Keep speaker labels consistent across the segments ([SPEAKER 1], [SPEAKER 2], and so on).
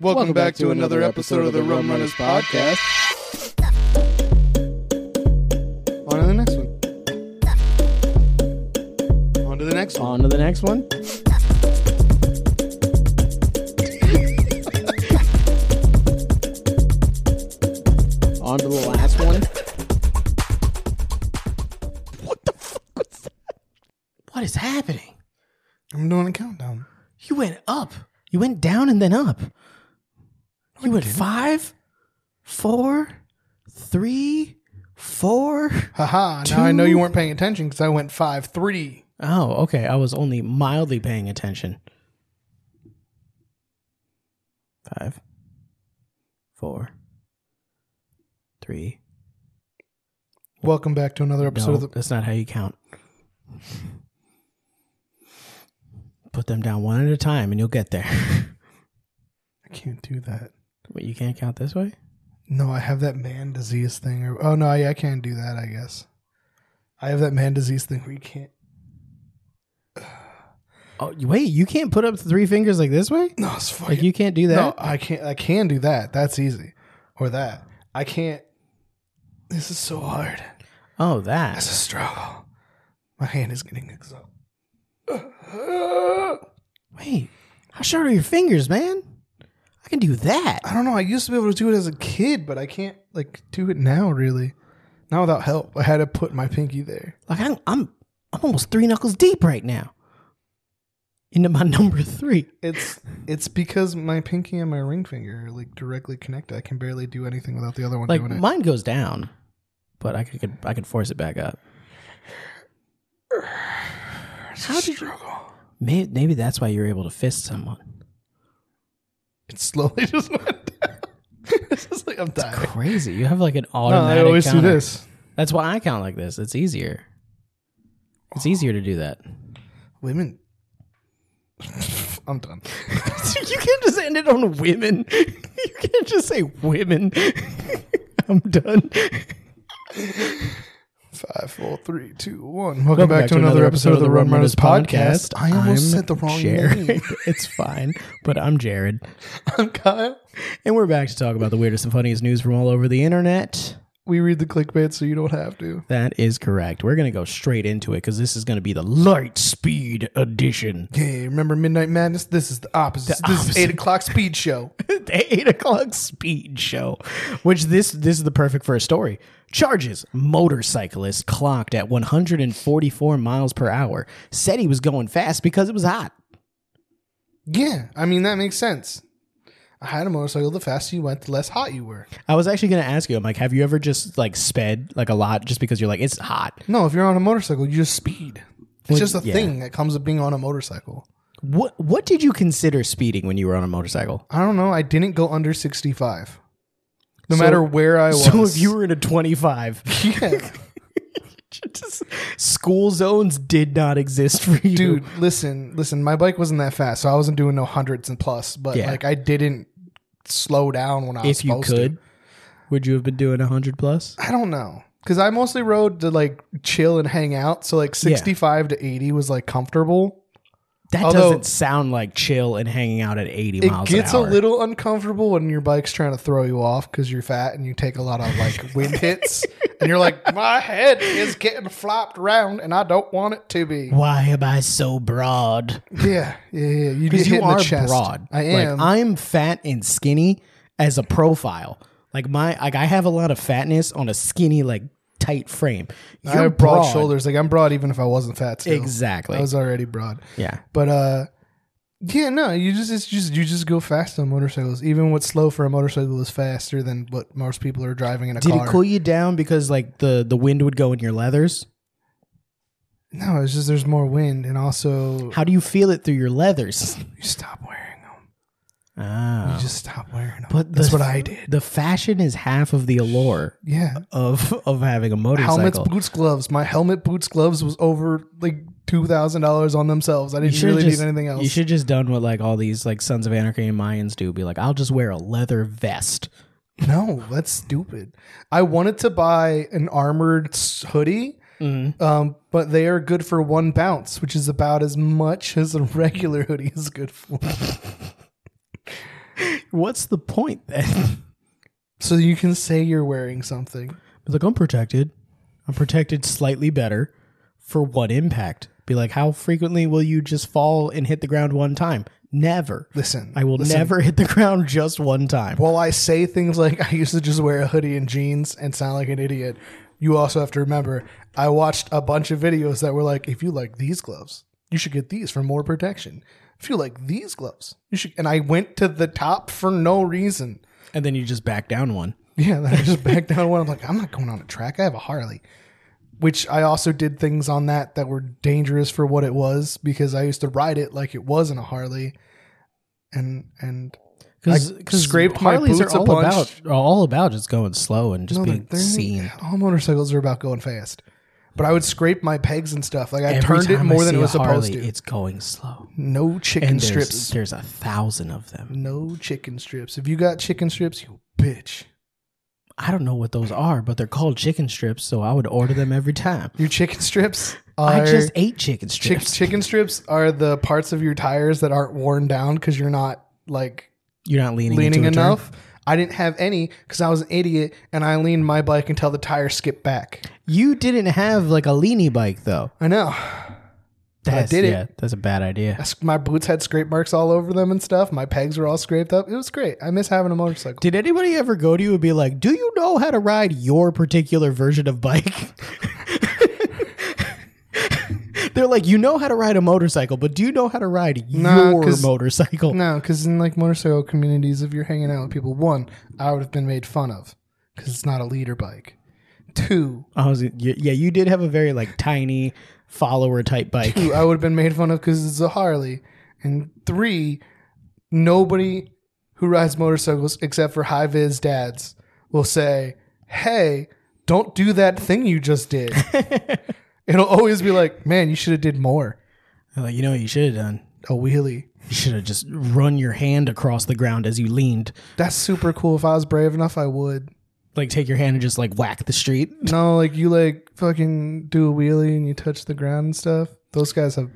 [SPEAKER 1] Welcome, back, to, another, episode of the Rum Runners Podcast. On to the next one. On to the next one.
[SPEAKER 2] On to the next one. On to the last one. What the fuck was that?
[SPEAKER 3] What is happening?
[SPEAKER 1] I'm doing a countdown.
[SPEAKER 3] You went up. You went down and then up. You went five, four, three, four.
[SPEAKER 1] Haha, now I know you weren't paying attention because I went 5 3.
[SPEAKER 3] Oh, okay. I was only mildly paying attention. Five, four, three.
[SPEAKER 1] Welcome back to another episode
[SPEAKER 3] No,
[SPEAKER 1] of the.
[SPEAKER 3] that's not how you count. Put them down one at a time, and you'll get there.
[SPEAKER 1] I can't do that.
[SPEAKER 3] Wait, you can't count this way.
[SPEAKER 1] No, I have that man disease thing. Or, oh, no, yeah, I can't do that, I guess. I have that man disease thing where you can't.
[SPEAKER 3] Oh, you- wait, you can't put up three fingers like this way?
[SPEAKER 1] No, it's fucking.
[SPEAKER 3] Like you can't do that?
[SPEAKER 1] No, I can't. I can do that. That's easy. Or that. I can't. This is so hard.
[SPEAKER 3] Oh,
[SPEAKER 1] It's a
[SPEAKER 3] that.
[SPEAKER 1] struggle. My hand is getting exhausted.
[SPEAKER 3] Wait, how short are your fingers, man? I can do that.
[SPEAKER 1] I don't know. I used to be able to do it as a kid, but I can't like do it now. Really, not without help. I had to put my pinky there.
[SPEAKER 3] Like I'm, I'm, I'm almost three knuckles deep right now. Into my number three.
[SPEAKER 1] It's it's because my pinky and my ring finger are like directly connected. I can barely do anything without the other one
[SPEAKER 3] Like
[SPEAKER 1] doing it.
[SPEAKER 3] mine goes down, but I could, I could force it back up. How did you? Maybe, maybe that's why you're able to fist someone.
[SPEAKER 1] It slowly just went down. it's just like I'm dying.
[SPEAKER 3] Crazy. You have like an
[SPEAKER 1] No,
[SPEAKER 3] automatic.
[SPEAKER 1] I always do
[SPEAKER 3] counter.
[SPEAKER 1] this.
[SPEAKER 3] That's why I count like this. It's easier. It's easier to do that.
[SPEAKER 1] Women. I'm done.
[SPEAKER 3] you can't just end it on women. You can't just say women. I'm done.
[SPEAKER 1] Five, four, three, two, one. Welcome, back, to, another, episode of the Rum Runners podcast. I almost
[SPEAKER 3] I'm
[SPEAKER 1] said the wrong
[SPEAKER 3] Jared.
[SPEAKER 1] name.
[SPEAKER 3] it's fine, but I'm Jared,
[SPEAKER 1] I'm Kyle.
[SPEAKER 3] and we're back to talk about the weirdest and funniest news from all over the internet.
[SPEAKER 1] We read the clickbait so you don't have to.
[SPEAKER 3] That is correct. We're gonna go straight into it because this is gonna be the light speed edition.
[SPEAKER 1] Hey, remember Midnight Madness? This is the opposite.
[SPEAKER 3] The
[SPEAKER 1] this is
[SPEAKER 3] opposite.
[SPEAKER 1] eight o'clock speed show.
[SPEAKER 3] the eight o'clock speed show, which this this is the perfect first story. Charges motorcyclist clocked at 144 miles per hour. Said he was going fast because it was hot.
[SPEAKER 1] yeah, I mean that makes sense. I had a motorcycle. The faster you went, the less hot you were.
[SPEAKER 3] I was actually going to ask you. I'm like, have you ever just like sped like a lot just because you're like it's hot?
[SPEAKER 1] No, if you're on a motorcycle, you just speed. It's
[SPEAKER 3] Well,
[SPEAKER 1] just a
[SPEAKER 3] yeah.
[SPEAKER 1] thing that comes with being on a motorcycle.
[SPEAKER 3] What what did you consider speeding when you were on a motorcycle?
[SPEAKER 1] I don't know. I didn't go under sixty-five, no
[SPEAKER 3] So-
[SPEAKER 1] matter where I was.
[SPEAKER 3] So if you were in a 25,
[SPEAKER 1] yeah.
[SPEAKER 3] just- school zones did not exist for you,
[SPEAKER 1] dude listen listen my bike wasn't that fast so i wasn't doing no hundreds and plus but
[SPEAKER 3] Yeah.
[SPEAKER 1] like i didn't slow down when i was
[SPEAKER 3] If you
[SPEAKER 1] supposed
[SPEAKER 3] could,
[SPEAKER 1] to
[SPEAKER 3] would you have been doing 100 plus?
[SPEAKER 1] i don't know because i mostly rode to like chill and hang out so like 65 to 80 was like comfortable
[SPEAKER 3] That
[SPEAKER 1] Although-
[SPEAKER 3] doesn't sound like chill and hanging out at 80
[SPEAKER 1] it
[SPEAKER 3] miles
[SPEAKER 1] gets
[SPEAKER 3] an
[SPEAKER 1] a
[SPEAKER 3] hour.
[SPEAKER 1] little uncomfortable when your bike's trying to throw you off because you're fat and you take a lot of like wind hits and you're like my head is getting flopped around and i don't want it to be
[SPEAKER 3] Why am I so broad?
[SPEAKER 1] yeah yeah yeah you get
[SPEAKER 3] Because
[SPEAKER 1] hit
[SPEAKER 3] you
[SPEAKER 1] in the
[SPEAKER 3] are
[SPEAKER 1] chest
[SPEAKER 3] broad.
[SPEAKER 1] i am
[SPEAKER 3] Like, I'm fat and skinny as a profile. Like my like I have a lot of fatness on a skinny like tight frame. You're
[SPEAKER 1] I have broad,
[SPEAKER 3] broad.
[SPEAKER 1] shoulders. Like I'm broad even if I wasn't fat. Still.
[SPEAKER 3] Exactly.
[SPEAKER 1] I was already broad.
[SPEAKER 3] Yeah.
[SPEAKER 1] But uh yeah, no, you just it's just you just go fast on motorcycles. Even what's slow for a motorcycle is faster than what most people are driving in a
[SPEAKER 3] Did
[SPEAKER 1] car.
[SPEAKER 3] it cool you down because like the the wind would go in your leathers?
[SPEAKER 1] no, it's just there's more wind and also
[SPEAKER 3] How do you feel it through your leathers?
[SPEAKER 1] you stop wearing them.
[SPEAKER 3] Ah.
[SPEAKER 1] You just stop wearing them.
[SPEAKER 3] But
[SPEAKER 1] that's
[SPEAKER 3] the-
[SPEAKER 1] what I did.
[SPEAKER 3] The fashion is half of the allure
[SPEAKER 1] Yeah.
[SPEAKER 3] of of having a motorcycle.
[SPEAKER 1] Helmets, boots, gloves. My helmet, boots, gloves was over like two thousand dollars on themselves. I
[SPEAKER 3] You
[SPEAKER 1] didn't
[SPEAKER 3] should've
[SPEAKER 1] really
[SPEAKER 3] just-
[SPEAKER 1] need anything else.
[SPEAKER 3] You should just done what like all these like Sons of Anarchy and Mayans do. Be like, I'll just wear a leather vest.
[SPEAKER 1] No, that's stupid. I wanted to buy an armored s- hoodie, um, but they are good for one bounce, which is about as much as a regular hoodie is good for.
[SPEAKER 3] What's the point then?
[SPEAKER 1] So you can say you're wearing something.
[SPEAKER 3] Look, I'm protected. I'm protected slightly better. For what impact? Be like, how frequently will you just fall and hit the ground one time? Never.
[SPEAKER 1] Listen,
[SPEAKER 3] I will
[SPEAKER 1] listen.
[SPEAKER 3] never hit the ground just one time.
[SPEAKER 1] While I say things like I used to just wear a hoodie and jeans and sound like an idiot, you also have to remember I watched a bunch of videos that were like, if you like these gloves, you should get these for more protection. If you like these gloves, you should. And I went to the top for no reason.
[SPEAKER 3] And then you just back down one.
[SPEAKER 1] Yeah, then I just backed down one. I'm like, I'm not going on a track. I have a Harley. Which I also did things on that that were dangerous for what it was because I used to ride it like it wasn't a Harley, and and
[SPEAKER 3] Because
[SPEAKER 1] I scraped my
[SPEAKER 3] Harleys
[SPEAKER 1] boots
[SPEAKER 3] are
[SPEAKER 1] a
[SPEAKER 3] all
[SPEAKER 1] bunch.
[SPEAKER 3] about are all about just going slow and just
[SPEAKER 1] No,
[SPEAKER 3] being
[SPEAKER 1] they're- they're-
[SPEAKER 3] seen.
[SPEAKER 1] All motorcycles are about going fast. But I would scrape my pegs and stuff. Like I
[SPEAKER 3] Every
[SPEAKER 1] turned it
[SPEAKER 3] time I
[SPEAKER 1] more than
[SPEAKER 3] see
[SPEAKER 1] it
[SPEAKER 3] a
[SPEAKER 1] was supposed
[SPEAKER 3] Harley,
[SPEAKER 1] to.
[SPEAKER 3] It's going slow.
[SPEAKER 1] no chicken
[SPEAKER 3] And
[SPEAKER 1] strips.
[SPEAKER 3] there's, there's a thousand of them.
[SPEAKER 1] no chicken strips. If you got chicken strips, you bitch.
[SPEAKER 3] I don't know what those are, but they're called chicken strips, so I would order them every time.
[SPEAKER 1] Your chicken strips
[SPEAKER 3] I
[SPEAKER 1] are
[SPEAKER 3] just ate chicken
[SPEAKER 1] chick-
[SPEAKER 3] strips.
[SPEAKER 1] chicken strips are the parts of your tires that aren't worn down because you're not like
[SPEAKER 3] You're not leaning,
[SPEAKER 1] leaning
[SPEAKER 3] into a turn?
[SPEAKER 1] enough. I didn't have any because I was an idiot and I leaned my bike until the tire skipped back.
[SPEAKER 3] You didn't have like a leany bike though.
[SPEAKER 1] I know.
[SPEAKER 3] That's,
[SPEAKER 1] did it.
[SPEAKER 3] yeah, That's a bad idea.
[SPEAKER 1] I s- My boots had scrape marks all over them and stuff. My pegs were all scraped up. It was great. I miss having a motorcycle.
[SPEAKER 3] Did anybody ever go to you and be like, "Do you know how to ride your particular version of bike?" They're like, "You know how to ride a motorcycle, but do you know how to ride
[SPEAKER 1] Nah,
[SPEAKER 3] your
[SPEAKER 1] 'cause-
[SPEAKER 3] motorcycle?"
[SPEAKER 1] No, because in like motorcycle communities, if you're hanging out with people, one, I would have been made fun of because it's not a leader bike. Two,
[SPEAKER 3] I was, y- yeah, you did have a very like tiny follower type bike.
[SPEAKER 1] two, I would have been made fun of because it's a Harley. And three, nobody who rides motorcycles except for high vis dads will say, "Hey, don't do that thing you just did." It'll always be like, "Man, you should have did more."
[SPEAKER 3] I'm like, you know what you should have done?
[SPEAKER 1] A wheelie.
[SPEAKER 3] You should have just run your hand across the ground as you leaned.
[SPEAKER 1] That's super cool. If I was brave enough, I would.
[SPEAKER 3] Like take your hand and just like whack the street.
[SPEAKER 1] No, like you like fucking do a wheelie and you touch the ground and stuff. Those guys have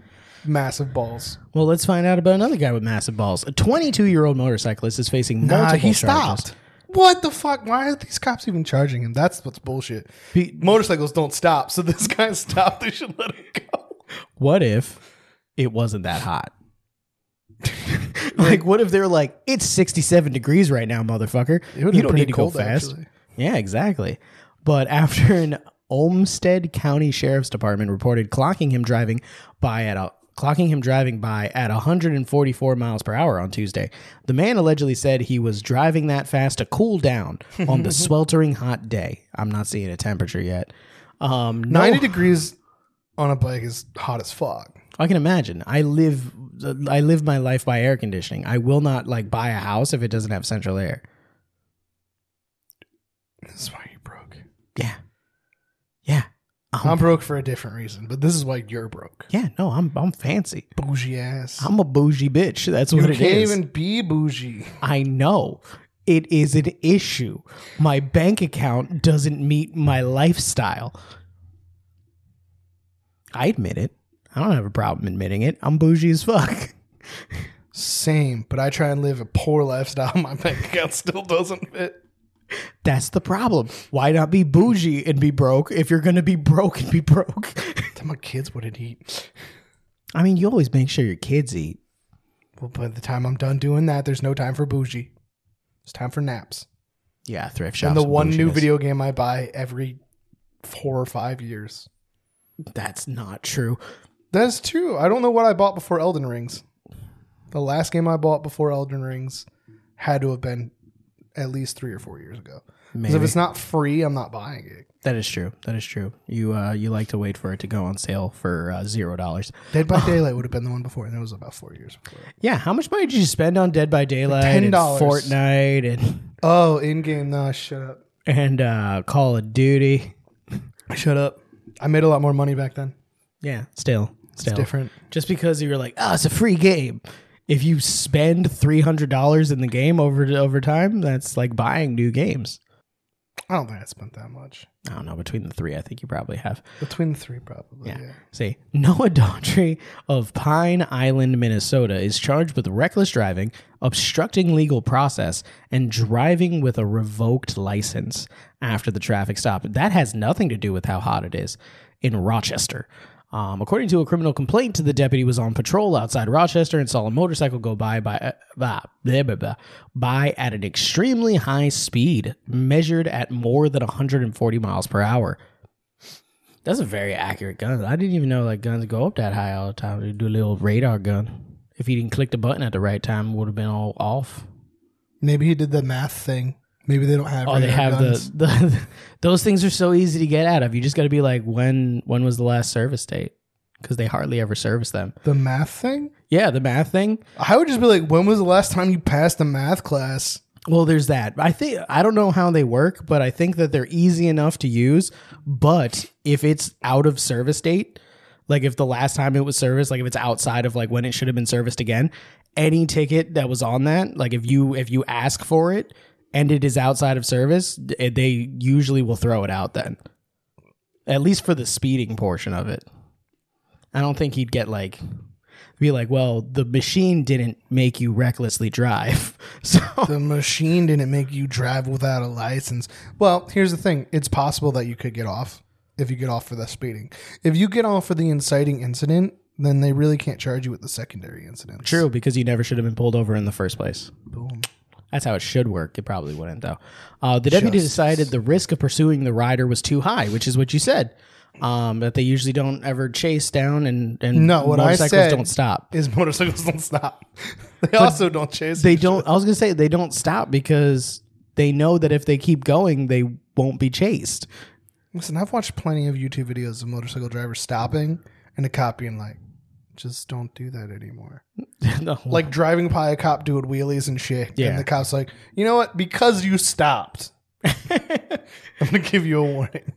[SPEAKER 1] massive balls.
[SPEAKER 3] Well, let's find out about another guy with massive balls. A 22 year old motorcyclist is facing multiple charges.
[SPEAKER 1] What the fuck? Why are these cops even charging him? That's what's bullshit.
[SPEAKER 3] Be-
[SPEAKER 1] Motorcycles don't stop, so this guy stopped. They should let him go.
[SPEAKER 3] What if it wasn't that hot? like, what if they're like, it's 67 degrees right now, motherfucker.
[SPEAKER 1] It would've been
[SPEAKER 3] You don't
[SPEAKER 1] pretty
[SPEAKER 3] need to go
[SPEAKER 1] cold,
[SPEAKER 3] fast.
[SPEAKER 1] actually.
[SPEAKER 3] Yeah, exactly. But after an Olmsted County Sheriff's Department reported clocking him driving by at a clocking him driving by at 144 miles per hour on Tuesday, the man allegedly said he was driving that fast to cool down on the sweltering hot day. I'm not seeing a temperature yet. Um, no-
[SPEAKER 1] Ninety degrees on a bike is hot as fuck.
[SPEAKER 3] I can imagine. I live I live my life by air conditioning. I will not like buy a house if it doesn't have central air.
[SPEAKER 1] This is why you broke.
[SPEAKER 3] Yeah. Yeah.
[SPEAKER 1] I'm broke for a different reason, but this is why you're broke.
[SPEAKER 3] Yeah, no, I'm I'm fancy.
[SPEAKER 1] Bougie ass.
[SPEAKER 3] I'm a bougie bitch. That's
[SPEAKER 1] you
[SPEAKER 3] what it
[SPEAKER 1] can't
[SPEAKER 3] is.
[SPEAKER 1] even be bougie.
[SPEAKER 3] I know. It is an issue. My bank account doesn't meet my lifestyle. I admit it. I don't have a problem admitting it. I'm bougie as fuck.
[SPEAKER 1] Same, but I try and live a poor lifestyle. My bank account still doesn't fit.
[SPEAKER 3] That's the problem. Why not be bougie and be broke if you're going to be broke and be broke?
[SPEAKER 1] Tell my kids what it eat.
[SPEAKER 3] I mean, you always make sure your kids eat.
[SPEAKER 1] Well, by the time I'm done doing that, there's no time for bougie. It's time for naps.
[SPEAKER 3] Yeah, thrift shops.
[SPEAKER 1] And the one new
[SPEAKER 3] bouginess.
[SPEAKER 1] video game I buy every four or five years.
[SPEAKER 3] That's not true.
[SPEAKER 1] That's true. I don't know what I bought before Elden Rings. The last game I bought before Elden Rings had to have been at least three or four years ago. Because if
[SPEAKER 3] Maybe.
[SPEAKER 1] it's not free, I'm not buying it.
[SPEAKER 3] That is true. That is true. You uh, you like to wait for it to go on sale for uh, zero dollars.
[SPEAKER 1] Dead
[SPEAKER 3] Oh.
[SPEAKER 1] by Daylight would have been the one before, and it was about four years before.
[SPEAKER 3] Yeah. How much money did you spend on Dead by Daylight, and
[SPEAKER 1] $10.
[SPEAKER 3] Fortnite, and
[SPEAKER 1] Oh, in game. Nah, shut up.
[SPEAKER 3] and uh, Call of Duty?
[SPEAKER 1] Shut up. I made a lot more money back then.
[SPEAKER 3] Yeah. Still, still
[SPEAKER 1] Different.
[SPEAKER 3] Just because you were like, oh, it's a free game. If you spend three hundred dollars in the game over over time, that's like buying new games.
[SPEAKER 1] I don't think I spent that much
[SPEAKER 3] I don't know. Between the three, I think you probably have.
[SPEAKER 1] between the three, probably. Yeah.
[SPEAKER 3] See, Noah Daughtry of Pine Island, Minnesota, is charged with reckless driving, obstructing legal process, and driving with a revoked license after the traffic stop. That has nothing to do with how hot it is in Rochester. Um, according to a criminal complaint, the deputy was on patrol outside Rochester and saw a motorcycle go by by uh, blah, blah, blah, blah, by at an extremely high speed, measured at more than 140 miles per hour. That's a very accurate gun. I didn't even know like guns go up that high all the time. They do a little radar gun. If he didn't click the button at the right time, it would have been all off.
[SPEAKER 1] Maybe he did the math thing. Maybe they don't have.
[SPEAKER 3] Oh, they
[SPEAKER 1] radar
[SPEAKER 3] have
[SPEAKER 1] guns.
[SPEAKER 3] the, the those things are so easy to get out of. You just got to be like, when when was the last service date? Because they hardly ever service them.
[SPEAKER 1] the math thing.
[SPEAKER 3] Yeah, the math thing.
[SPEAKER 1] I would just be like, when was the last time you passed a math class?
[SPEAKER 3] Well, there's that. I think I don't know how they work, but I think that they're easy enough to use. But if it's out of service date, like if the last time it was serviced, like if it's outside of like when it should have been serviced again, any ticket that was on that, like if you if you ask for it and it is outside of service, th- they usually will throw it out then. At least for the speeding portion of it. I don't think he'd get like be like, well, the machine didn't make you recklessly drive. So
[SPEAKER 1] The machine didn't make you drive without a license. Well, here's the thing: it's possible that you could get off if you get off for the speeding. If you get off for the inciting incident, then they really can't charge you with the secondary incident.
[SPEAKER 3] True, because you never should have been pulled over in the first place.
[SPEAKER 1] Boom.
[SPEAKER 3] That's how it should work. It probably wouldn't, though. Uh, the deputy decided the risk of pursuing the rider was too high, which is what you said. Um, that they usually don't ever chase down and, and
[SPEAKER 1] No, what I
[SPEAKER 3] motorcycles
[SPEAKER 1] said-
[SPEAKER 3] don't stop.
[SPEAKER 1] Is motorcycles don't stop. They also don't chase.
[SPEAKER 3] They don't. I was gonna say they don't stop because they know that if they keep going, they won't be chased.
[SPEAKER 1] Listen, I've watched plenty of YouTube videos of motorcycle drivers stopping and a cop being like, just don't do that anymore.
[SPEAKER 3] No.
[SPEAKER 1] Like driving by a cop doing wheelies and shit.
[SPEAKER 3] Yeah.
[SPEAKER 1] And the cop's like, you know what? Because you stopped, I'm going to give you a warning.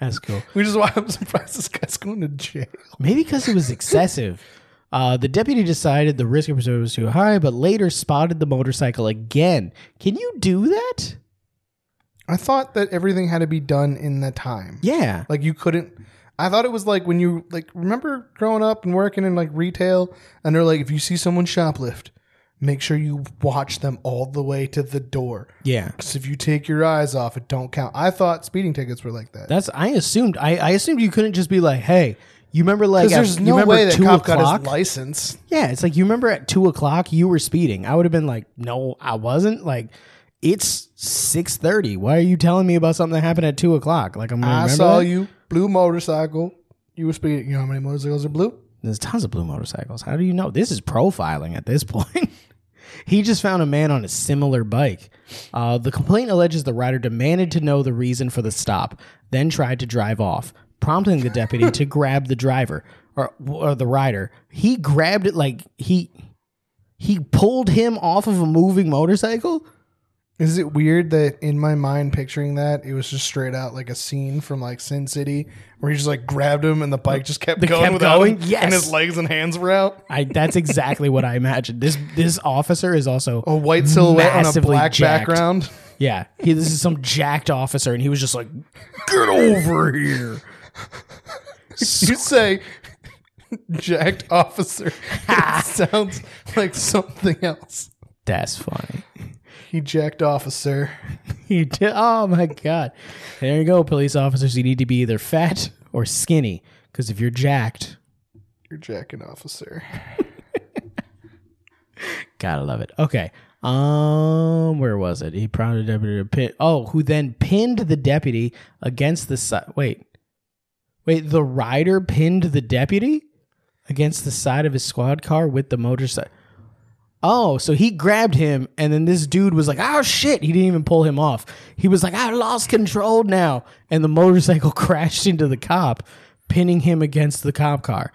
[SPEAKER 3] that's cool.
[SPEAKER 1] Which is why I'm surprised this guy's going to jail.
[SPEAKER 3] Maybe because it was excessive. Uh, the deputy decided the risk of pursuit was too high, but later spotted the motorcycle again. Can you do that?
[SPEAKER 1] I thought that everything had to be done in the time.
[SPEAKER 3] Yeah.
[SPEAKER 1] Like you couldn't. I thought it was like when you like remember growing up and working in like retail, and they're like, if you see someone shoplift, make sure you watch them all the way to the door.
[SPEAKER 3] Yeah.
[SPEAKER 1] Because if you take your eyes off, it don't count. I thought speeding tickets were like that.
[SPEAKER 3] That's I assumed I, I assumed you couldn't just be like, hey, you remember like
[SPEAKER 1] Because
[SPEAKER 3] at-
[SPEAKER 1] there's
[SPEAKER 3] you
[SPEAKER 1] no
[SPEAKER 3] remember
[SPEAKER 1] way that
[SPEAKER 3] two
[SPEAKER 1] cop got
[SPEAKER 3] o'clock?
[SPEAKER 1] his license.
[SPEAKER 3] Yeah, it's like you remember at two o'clock you were speeding. I would have been like, no, I wasn't. Like, it's six thirty. Why are you telling me about something that happened at two o'clock? Like I'm gonna
[SPEAKER 1] I
[SPEAKER 3] remember
[SPEAKER 1] saw
[SPEAKER 3] that?
[SPEAKER 1] you blue motorcycle. You were speeding. You know how many motorcycles are blue?
[SPEAKER 3] There's tons of blue motorcycles. How do you know? This is profiling at this point. he just found a man on a similar bike. Uh, the complaint alleges the rider demanded to know the reason for the stop, then tried to drive off, prompting the deputy to grab the driver or, or the rider. He grabbed it like he he pulled him off of a moving motorcycle.
[SPEAKER 1] Is it weird that in my mind picturing that it was just straight out like a scene from like Sin City where he just like grabbed him and the bike just kept going
[SPEAKER 3] kept
[SPEAKER 1] without
[SPEAKER 3] going?
[SPEAKER 1] him
[SPEAKER 3] Yes.
[SPEAKER 1] and his legs and hands were out?
[SPEAKER 3] I, that's exactly what I imagined. This this officer is also
[SPEAKER 1] A white silhouette on a
[SPEAKER 3] Massively
[SPEAKER 1] black
[SPEAKER 3] jacked.
[SPEAKER 1] background.
[SPEAKER 3] Yeah, he, this is some jacked officer, and he was just like, "Get over here!"
[SPEAKER 1] You say jacked officer. it sounds like something else.
[SPEAKER 3] That's funny.
[SPEAKER 1] He jacked officer.
[SPEAKER 3] He did. Oh my god! There you go, police officers. You need to be either fat or skinny, because if you're jacked,
[SPEAKER 1] You're jacking officer.
[SPEAKER 3] gotta love it. Okay. Um, where was it? He prompted the deputy to pin. Oh, who then pinned the deputy against the side? Wait, wait. The rider pinned the deputy against the side of his squad car with the motorcycle. Oh, so he grabbed him, and then this dude was like, "Oh shit!" He didn't even pull him off. He was like, "I lost control now," and the motorcycle crashed into the cop, pinning him against the cop car.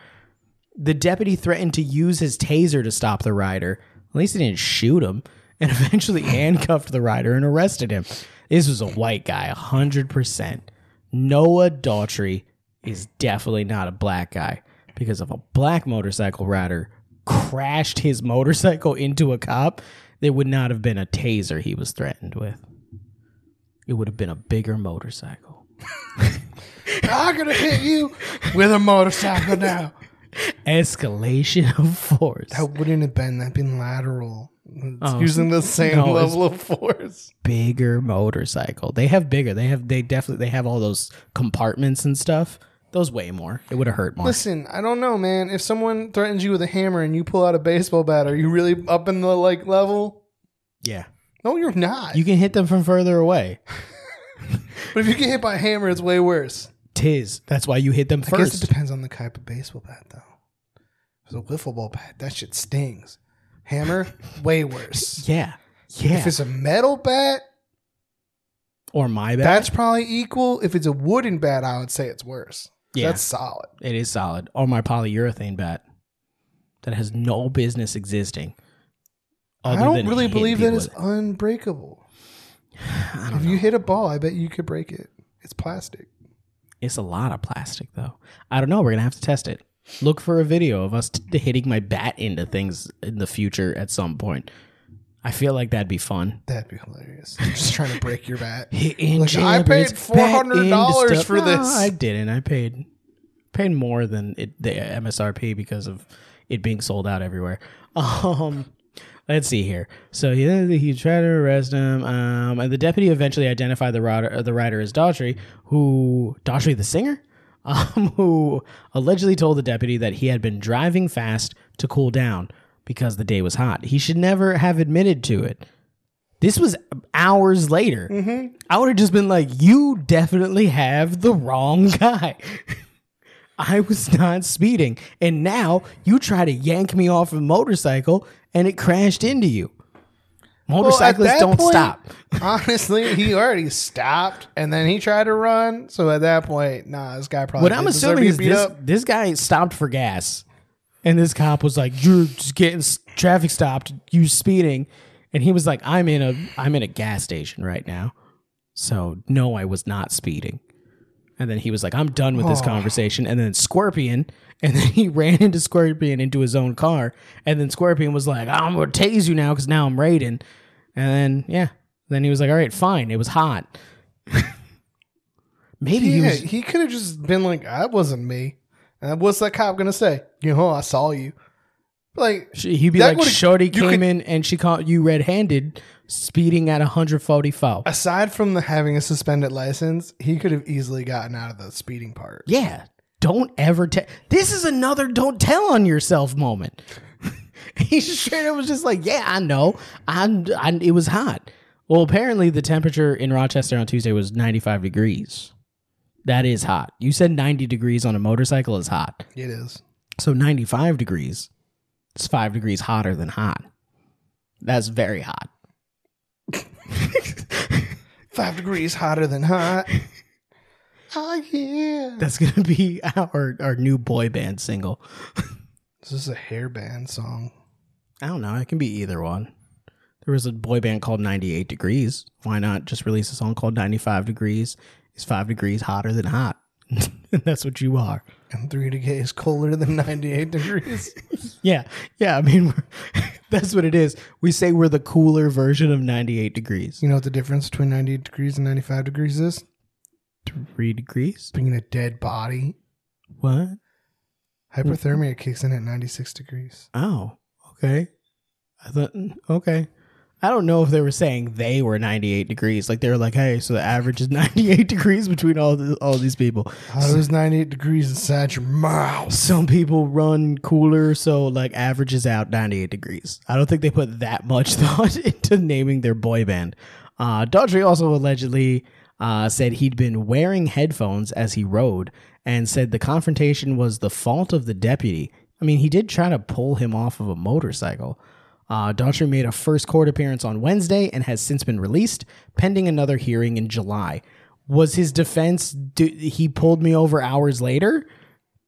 [SPEAKER 3] The deputy threatened to use his taser to stop the rider. At least he didn't shoot him, and eventually handcuffed the rider and arrested him. This was a white guy, hundred percent. Noah Daughtry is definitely not a black guy because if a black motorcycle rider crashed his motorcycle into a cop, there would not have been a taser he was threatened with. it would have been a bigger motorcycle.
[SPEAKER 1] I'm gonna hit you with a motorcycle now.
[SPEAKER 3] Escalation of force.
[SPEAKER 1] That wouldn't have been. That'd been lateral. It's
[SPEAKER 3] Oh.
[SPEAKER 1] using the same
[SPEAKER 3] No, it's-
[SPEAKER 1] level of force.
[SPEAKER 3] bigger motorcycle. They have bigger. They have they definitely they have all those compartments and stuff. Those weigh more. It would have hurt more.
[SPEAKER 1] Listen, I don't know, man. If someone threatens you with a hammer and you pull out a baseball bat, are you really up in the like level?
[SPEAKER 3] Yeah.
[SPEAKER 1] No, you're not.
[SPEAKER 3] You can hit them from further away.
[SPEAKER 1] but if you get hit by a hammer, it's way worse.
[SPEAKER 3] Tis. That's why you hit them
[SPEAKER 1] I guess it
[SPEAKER 3] first.
[SPEAKER 1] depends on the type of baseball bat, though. If it's a wiffle ball bat, that shit stings. Hammer, way worse.
[SPEAKER 3] Yeah. Yeah.
[SPEAKER 1] If it's a metal bat,
[SPEAKER 3] or my bad.
[SPEAKER 1] that's probably equal. If it's a wooden bat, I would say it's worse.
[SPEAKER 3] Yeah.
[SPEAKER 1] That's solid.
[SPEAKER 3] It is solid. Or my polyurethane bat that has no business existing.
[SPEAKER 1] I
[SPEAKER 3] other
[SPEAKER 1] don't
[SPEAKER 3] than
[SPEAKER 1] really
[SPEAKER 3] hitting
[SPEAKER 1] believe that
[SPEAKER 3] people
[SPEAKER 1] it's
[SPEAKER 3] with it.
[SPEAKER 1] unbreakable.
[SPEAKER 3] I
[SPEAKER 1] If
[SPEAKER 3] don't know.
[SPEAKER 1] you hit a ball, I bet you could break it. It's plastic.
[SPEAKER 3] It's a lot of plastic though. I don't know. We're gonna have to test it. Look for a video of us t- hitting my bat into things in the future at some point. I feel like that'd be fun.
[SPEAKER 1] That'd be hilarious. You're just trying to break your bat.
[SPEAKER 3] Hitting
[SPEAKER 1] Like, I
[SPEAKER 3] jabbers,
[SPEAKER 1] paid
[SPEAKER 3] bat into
[SPEAKER 1] $400
[SPEAKER 3] stuff.
[SPEAKER 1] for
[SPEAKER 3] No,
[SPEAKER 1] this.
[SPEAKER 3] I didn't. I paid paid more than it, the MSRP because of it being sold out everywhere. Um, let's see here. So yeah, he tried to arrest him, um, and the deputy eventually identified the rider, uh, the rider as Daughtry, who Daughtry the singer, um, who allegedly told the deputy that he had been driving fast to cool down because the day was hot. He should never have admitted to it. This was hours later.
[SPEAKER 1] Mm-hmm.
[SPEAKER 3] I would have just been like, you definitely have the wrong guy. I was not speeding. And now you try to yank me off a motorcycle and it crashed into you. Motorcyclists
[SPEAKER 1] that
[SPEAKER 3] don't
[SPEAKER 1] point-
[SPEAKER 3] stop.
[SPEAKER 1] Honestly, he already stopped and then he tried to run. So at that point, nah, this guy probably.
[SPEAKER 3] What I'm
[SPEAKER 1] did deserve to
[SPEAKER 3] assuming
[SPEAKER 1] be beat
[SPEAKER 3] is this,
[SPEAKER 1] up.
[SPEAKER 3] this guy stopped for gas. And this cop was like, you're just getting s- traffic stopped. You speeding. And he was like, I'm in a I'm in a gas station right now. So no, I was not speeding. And then he was like, I'm done with
[SPEAKER 1] Oh.
[SPEAKER 3] this conversation. And then Scorpion, and then he ran into Scorpion into his own car. And then Scorpion was like, I'm gonna tase you now because now I'm raiding. And then yeah. Then he was like, All right, fine. It was hot. Maybe he
[SPEAKER 1] Yeah,
[SPEAKER 3] was
[SPEAKER 1] he could have just been like, that wasn't me. And what's that cop going to say? You know, I saw you. Like,
[SPEAKER 3] She, he'd be
[SPEAKER 1] That
[SPEAKER 3] like,
[SPEAKER 1] would've-
[SPEAKER 3] Shorty
[SPEAKER 1] you
[SPEAKER 3] came
[SPEAKER 1] could-
[SPEAKER 3] in and she caught you red handed speeding at 145.
[SPEAKER 1] aside from the having a suspended license, he could have easily gotten out of the speeding part.
[SPEAKER 3] yeah. Don't ever tell. This is another don't tell on yourself moment. he straight up was just like, Yeah, I know. I, I, it was hot. Well, apparently the temperature in Rochester on Tuesday was 95 degrees. That is hot. You said 90 degrees on a motorcycle is hot.
[SPEAKER 1] It is.
[SPEAKER 3] So 95 degrees is five degrees hotter than hot. That's very hot.
[SPEAKER 1] Five degrees hotter than hot. oh, yeah.
[SPEAKER 3] That's gonna be our our new boy band single.
[SPEAKER 1] This is a hair band song.
[SPEAKER 3] I don't know. It can be either one. There was a boy band called 98 Degrees. Why not just release a song called 95 Degrees? It's five degrees hotter than hot. and that's what you are.
[SPEAKER 1] And three degrees colder than 98 degrees.
[SPEAKER 3] Yeah. Yeah. I mean, we're, that's what it is. We say we're the cooler version of 98 Degrees.
[SPEAKER 1] You know what the difference between 98 degrees and 95 degrees is?
[SPEAKER 3] Three degrees?
[SPEAKER 1] Being a dead body.
[SPEAKER 3] What?
[SPEAKER 1] Hyperthermia kicks in at 96 degrees.
[SPEAKER 3] Oh, okay. I thought mm, okay. I don't know if they were saying they were 98 degrees. Like they were like, "Hey, so the average is 98 degrees between all the, all these people."
[SPEAKER 1] How does 98 degrees inside your mouth?
[SPEAKER 3] Some people run cooler, so like averages out 98 degrees. I don't think they put that much thought into naming their boy band. Uh, Daughtry also allegedly uh, said he'd been wearing headphones as he rode and said the confrontation was the fault of the deputy. I mean, he did try to pull him off of a motorcycle. Uh, Daughtry made a first court appearance on Wednesday and has since been released, pending another hearing in July. Was his defense, do, he pulled me over hours later?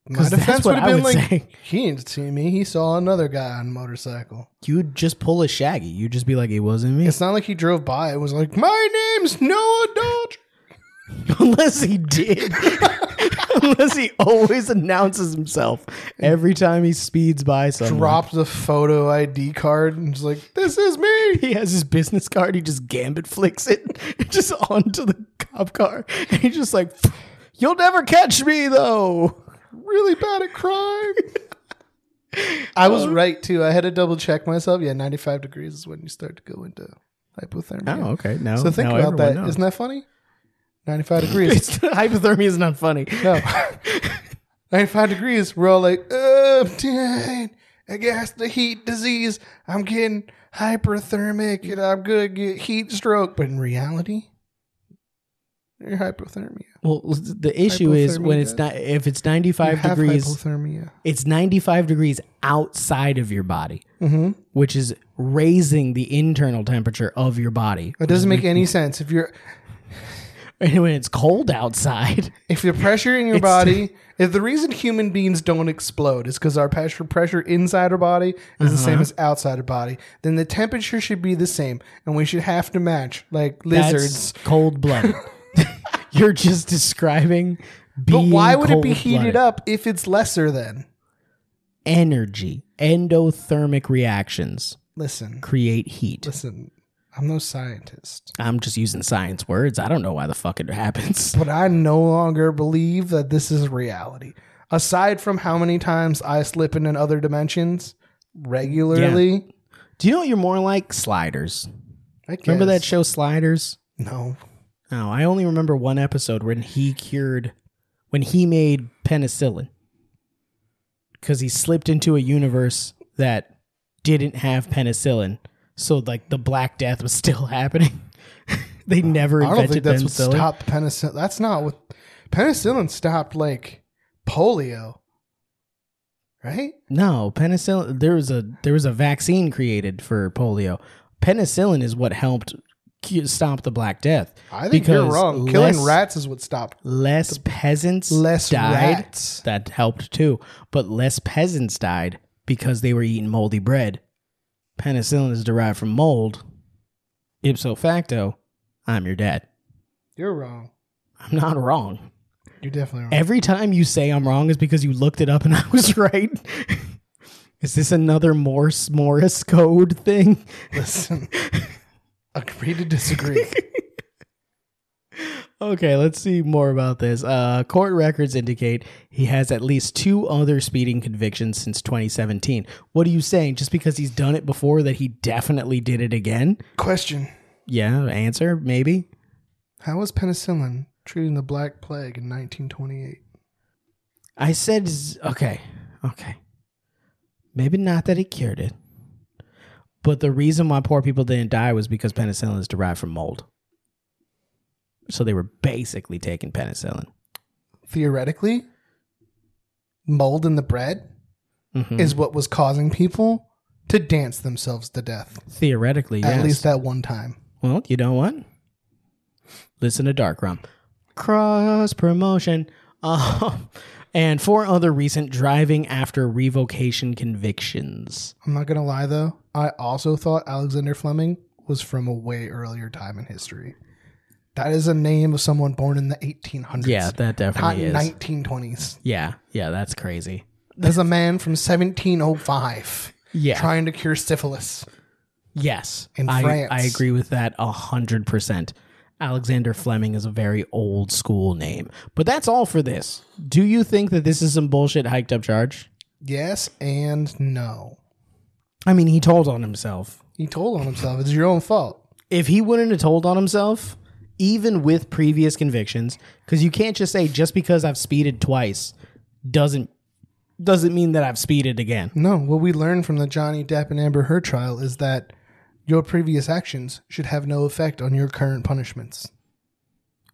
[SPEAKER 1] My
[SPEAKER 3] 'Cause that's
[SPEAKER 1] defense
[SPEAKER 3] what
[SPEAKER 1] would have
[SPEAKER 3] I
[SPEAKER 1] been
[SPEAKER 3] would
[SPEAKER 1] like,
[SPEAKER 3] say.
[SPEAKER 1] he didn't see me. He saw another guy on a motorcycle.
[SPEAKER 3] you'd just pull a shaggy. You'd just be like, it wasn't me.
[SPEAKER 1] It's not like he drove by. It was like, my name's Noah Daughtry.
[SPEAKER 3] Unless he did. Unless he always announces himself every time he speeds by someone.
[SPEAKER 1] Dropped the photo ID card and was like, "This is me."
[SPEAKER 3] He has his business card. He just gambit flicks it just onto the cop car. And he's just like, You'll never catch me, though.
[SPEAKER 1] Really bad at crime. I was right too. I had to double check myself. Yeah, 95 degrees is when you start to go into hypothermia.
[SPEAKER 3] Oh, okay. No.
[SPEAKER 1] So think about that. not that funny? 95 degrees.
[SPEAKER 3] It's, hypothermia is not funny.
[SPEAKER 1] no. 95 degrees. We're all like, oh, I'm dying. I guess the heat disease. I'm getting hyperthermic and I'm going to get heat stroke. But in reality, you're hypothermia.
[SPEAKER 3] Well, the issue is when it's
[SPEAKER 1] Hypothermia.
[SPEAKER 3] not if it's
[SPEAKER 1] You
[SPEAKER 3] 95
[SPEAKER 1] have
[SPEAKER 3] degrees,
[SPEAKER 1] hypothermia.
[SPEAKER 3] it's 95 degrees outside of your body,
[SPEAKER 1] Mm-hmm.
[SPEAKER 3] which is raising the internal temperature of your body.
[SPEAKER 1] That doesn't make any sense. If you're
[SPEAKER 3] And when it's cold outside,
[SPEAKER 1] If the pressure in your body, if the reason human beings don't explode is because our pressure pressure inside our body is the same as outside our body, then the temperature should be the same, and we should have to match like lizards.
[SPEAKER 3] that's cold blooded. You're just describing
[SPEAKER 1] But
[SPEAKER 3] being
[SPEAKER 1] why would it be
[SPEAKER 3] cold-blooded.
[SPEAKER 1] heated up if it's lesser than?
[SPEAKER 3] Energy, endothermic reactions
[SPEAKER 1] Listen,
[SPEAKER 3] create heat.
[SPEAKER 1] listen, I'm no scientist,
[SPEAKER 3] I'm just using science words. I don't know why the fuck it happens.
[SPEAKER 1] but I no longer believe that this is reality. Aside from how many times I slip in other dimensions regularly,
[SPEAKER 3] Do you know what you're more like? Sliders.
[SPEAKER 1] I guess.
[SPEAKER 3] Remember that show Sliders?
[SPEAKER 1] no,
[SPEAKER 3] Oh, I only remember one episode when he cured, when he made penicillin, because he slipped into a universe that didn't have penicillin, so like the Black Death was still happening. they never
[SPEAKER 1] I don't think
[SPEAKER 3] invented
[SPEAKER 1] that's what
[SPEAKER 3] penicillin.
[SPEAKER 1] stopped penicillin. That's not what penicillin stopped. Like polio, right?
[SPEAKER 3] no, penicillin. There was a there was a vaccine created for polio. Penicillin is what helped cu- stop the Black Death.
[SPEAKER 1] I think you're
[SPEAKER 3] because
[SPEAKER 1] wrong. Killing
[SPEAKER 3] less-
[SPEAKER 1] rats is what stopped
[SPEAKER 3] less peasants
[SPEAKER 1] less
[SPEAKER 3] died.
[SPEAKER 1] rats.
[SPEAKER 3] That helped too, but less peasants died because they were eating moldy bread. Penicillin is derived from mold. Ipso facto, I'm your dad.
[SPEAKER 1] You're wrong.
[SPEAKER 3] I'm not wrong.
[SPEAKER 1] You're definitely wrong.
[SPEAKER 3] Every time you say I'm wrong is because you looked it up and I was right. is this another Morse Morris code thing?
[SPEAKER 1] Listen, agree to disagree.
[SPEAKER 3] Okay, let's see more about this. Uh, court records indicate he has at least two other speeding convictions since 2017. What are you saying? Just because he's done it before, that he definitely did it again?
[SPEAKER 1] Question:
[SPEAKER 3] Yeah, answer maybe.
[SPEAKER 1] How was penicillin treating the Black Plague in 1928?
[SPEAKER 3] I said z- okay, okay. Maybe not that it cured it, but the reason why poor people didn't die was because penicillin is derived from mold. So they were basically taking penicillin.
[SPEAKER 1] Theoretically, mold in the bread
[SPEAKER 3] Mhm.
[SPEAKER 1] is what was causing people to dance themselves to death.
[SPEAKER 3] Theoretically, yes.
[SPEAKER 1] At least that one time.
[SPEAKER 3] Well, you know what? Listen to Dark Rum. Cross promotion. Um, and four other recent driving after revocation convictions.
[SPEAKER 1] I'm not gonna lie though. I also thought Alexander Fleming was from a way earlier time in history. That is a name of someone born in the 1800s.
[SPEAKER 3] Yeah, that
[SPEAKER 1] not
[SPEAKER 3] definitely is.
[SPEAKER 1] 1920s.
[SPEAKER 3] yeah, yeah, that's crazy.
[SPEAKER 1] There's a man from 1705
[SPEAKER 3] Yeah.
[SPEAKER 1] trying to cure syphilis.
[SPEAKER 3] yes.
[SPEAKER 1] In
[SPEAKER 3] I,
[SPEAKER 1] France.
[SPEAKER 3] I agree with that a 100%. Alexander Fleming is a very old school name. But that's all for this. Do you think that this is some bullshit hiked up charge?
[SPEAKER 1] Yes and no.
[SPEAKER 3] I mean, he told on himself.
[SPEAKER 1] He told on himself. It's your own fault.
[SPEAKER 3] if he wouldn't have told on himself, even with previous convictions, because you can't just say just because I've speeded twice doesn't doesn't mean that I've speeded again.
[SPEAKER 1] No, what we learned from the Johnny Depp and Amber Heard trial is that your previous actions should have no effect on your current punishments.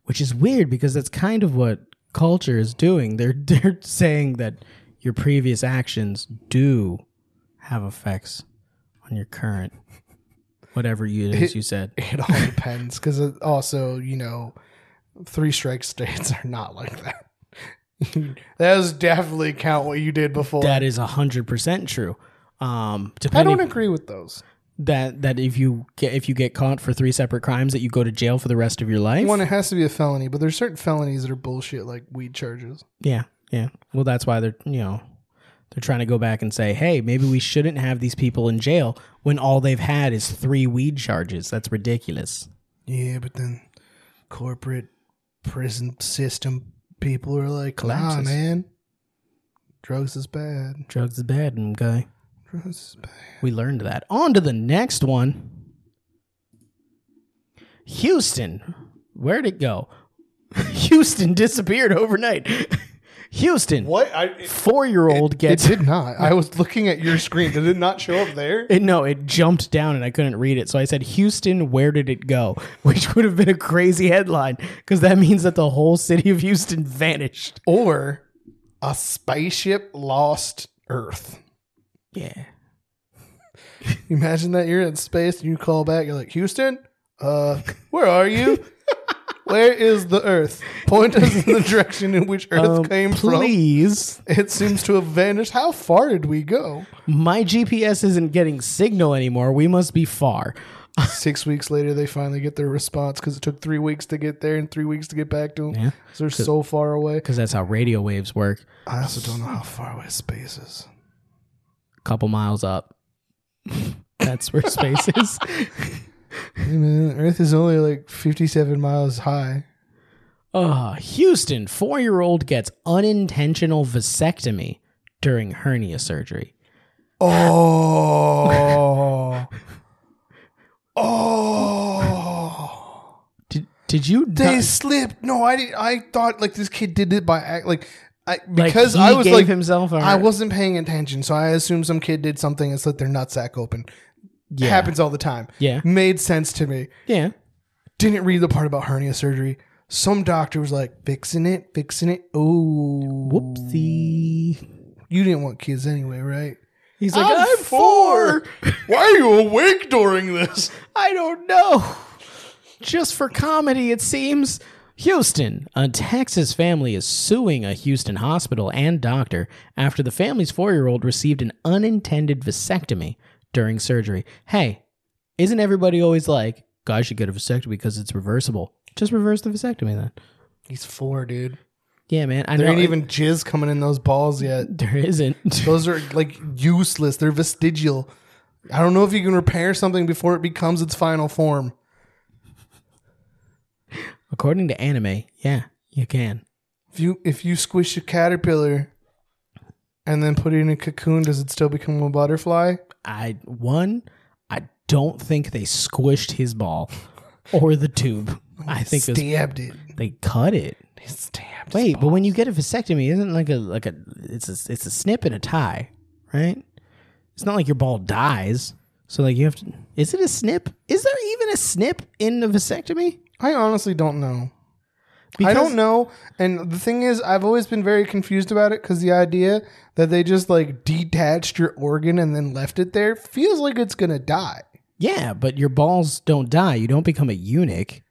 [SPEAKER 3] Which is weird because that's kind of what culture is doing. They're they're saying that your previous actions do have effects on your current whatever you it is you said.
[SPEAKER 1] It all depends because also, you know, three strike states are not like that. that does definitely count what you did before.
[SPEAKER 3] That is hundred percent true. Um,
[SPEAKER 1] I
[SPEAKER 3] depending
[SPEAKER 1] don't agree with those.
[SPEAKER 3] that that if you get, if you get caught for three separate crimes that you go to jail for the rest of your life.
[SPEAKER 1] One, it has to be a felony, but there's certain felonies that are bullshit, like weed charges.
[SPEAKER 3] Yeah, yeah. Well, that's why they're you know they're trying to go back and say, hey, maybe we shouldn't have these people in jail when all they've had is three weed charges. That's ridiculous.
[SPEAKER 1] Yeah, but then corporate prison system people are like, nah,
[SPEAKER 3] Collapses.
[SPEAKER 1] man, drugs is bad.
[SPEAKER 3] Drugs is bad, and guy.
[SPEAKER 1] Drugs is bad.
[SPEAKER 3] We learned that. On to the next one. Houston. Where'd it go? Houston disappeared overnight. Houston.
[SPEAKER 1] What? I,
[SPEAKER 3] Four year old
[SPEAKER 1] it
[SPEAKER 3] gets.
[SPEAKER 1] did not. I was looking at your screen. Did it not show up there?
[SPEAKER 3] It, no, it jumped down and I couldn't read it. So I said, Houston, where did it go? Which would have been a crazy headline because that means that the whole city of Houston vanished.
[SPEAKER 1] Or a spaceship lost Earth.
[SPEAKER 3] Yeah.
[SPEAKER 1] You Imagine that you're in space and you call back. You're like, Houston, uh, where are you? Where is the Earth? Point us in the direction in which Earth came from.
[SPEAKER 3] Um, Please.
[SPEAKER 1] It seems to have vanished. How far did we go?
[SPEAKER 3] My GPS isn't getting signal anymore. We must be far.
[SPEAKER 1] Six weeks later, they finally get their response because it took three weeks to get there and three weeks to get back to them.
[SPEAKER 3] Yeah.
[SPEAKER 1] they're so far away.
[SPEAKER 3] Because that's how radio waves work.
[SPEAKER 1] I also don't know how far away space is.
[SPEAKER 3] couple miles up. That's where space is.
[SPEAKER 1] Hey, man, Earth is only like 57 miles high.
[SPEAKER 3] Uh, Houston, four year old gets unintentional vasectomy during hernia surgery.
[SPEAKER 1] Oh. oh.
[SPEAKER 3] Did, did you?
[SPEAKER 1] They
[SPEAKER 3] not-
[SPEAKER 1] slipped. No, I did, I thought like this kid did it by act like I
[SPEAKER 3] like,
[SPEAKER 1] because
[SPEAKER 3] he
[SPEAKER 1] I was
[SPEAKER 3] gave
[SPEAKER 1] like
[SPEAKER 3] himself. a
[SPEAKER 1] I
[SPEAKER 3] her-
[SPEAKER 1] wasn't paying attention, so I assumed some kid did something and slit their nutsack open.
[SPEAKER 3] Yeah.
[SPEAKER 1] Happens all the time.
[SPEAKER 3] Yeah.
[SPEAKER 1] Made sense to me.
[SPEAKER 3] Yeah.
[SPEAKER 1] Didn't read the part about hernia surgery. Some doctor was like fixing it, fixing it. Oh,
[SPEAKER 3] Whoopsie.
[SPEAKER 1] you didn't want kids anyway, right?
[SPEAKER 3] He's like,
[SPEAKER 1] I'm
[SPEAKER 3] I'm, four.
[SPEAKER 1] Why are you awake during this?
[SPEAKER 3] I don't know. Just for comedy, it seems. Houston. A Texas family is suing a Houston hospital and doctor after the family's four year old received an unintended vasectomy during surgery. Hey, isn't everybody always like, guys should get a vasectomy because it's reversible? Just reverse the vasectomy then.
[SPEAKER 1] He's four, dude.
[SPEAKER 3] Yeah, man. I
[SPEAKER 1] There
[SPEAKER 3] know
[SPEAKER 1] ain't even jizz coming in those balls yet.
[SPEAKER 3] There isn't.
[SPEAKER 1] Those are like useless. They're vestigial. I don't know if you can repair something before it becomes its final form.
[SPEAKER 3] According to anime, yeah, you can.
[SPEAKER 1] If you if you squish a caterpillar and then put it in a cocoon, does it still become a butterfly?
[SPEAKER 3] I one, I don't think they squished his ball or the tube. I think it was-
[SPEAKER 1] Stabbed it.
[SPEAKER 3] they cut it.
[SPEAKER 1] They stabbed. it.
[SPEAKER 3] Wait, but when you get a vasectomy, isn't it like a like a it's a it's a snip and a tie, right? It's not like your ball dies. So like you have to. Is it a snip? Is there even a snip in a vasectomy?
[SPEAKER 1] I honestly don't know. I
[SPEAKER 3] Because-
[SPEAKER 1] don't know. And the thing is, I've always been very confused about it because the idea that they just like detached your organ and then left it there feels like it's gonna die.
[SPEAKER 3] Yeah, but your balls don't die. You don't become a eunuch.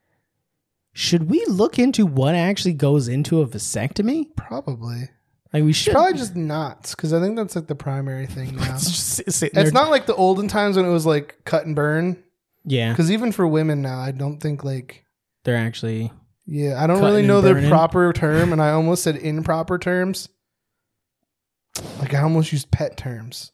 [SPEAKER 3] Should we look into what actually goes into a vasectomy?
[SPEAKER 1] Probably.
[SPEAKER 3] Like we should.
[SPEAKER 1] Probably just knots because I think that's like the primary thing now.
[SPEAKER 3] It's just sit- sitting there-
[SPEAKER 1] It's not like the olden times when it was like cut and burn.
[SPEAKER 3] Yeah,
[SPEAKER 1] Because even for women now, I don't think like
[SPEAKER 3] they're actually.
[SPEAKER 1] yeah, I don't
[SPEAKER 3] Cutting
[SPEAKER 1] really
[SPEAKER 3] and
[SPEAKER 1] know the
[SPEAKER 3] burning.
[SPEAKER 1] proper term, and I almost said improper terms. Like I almost used pet terms.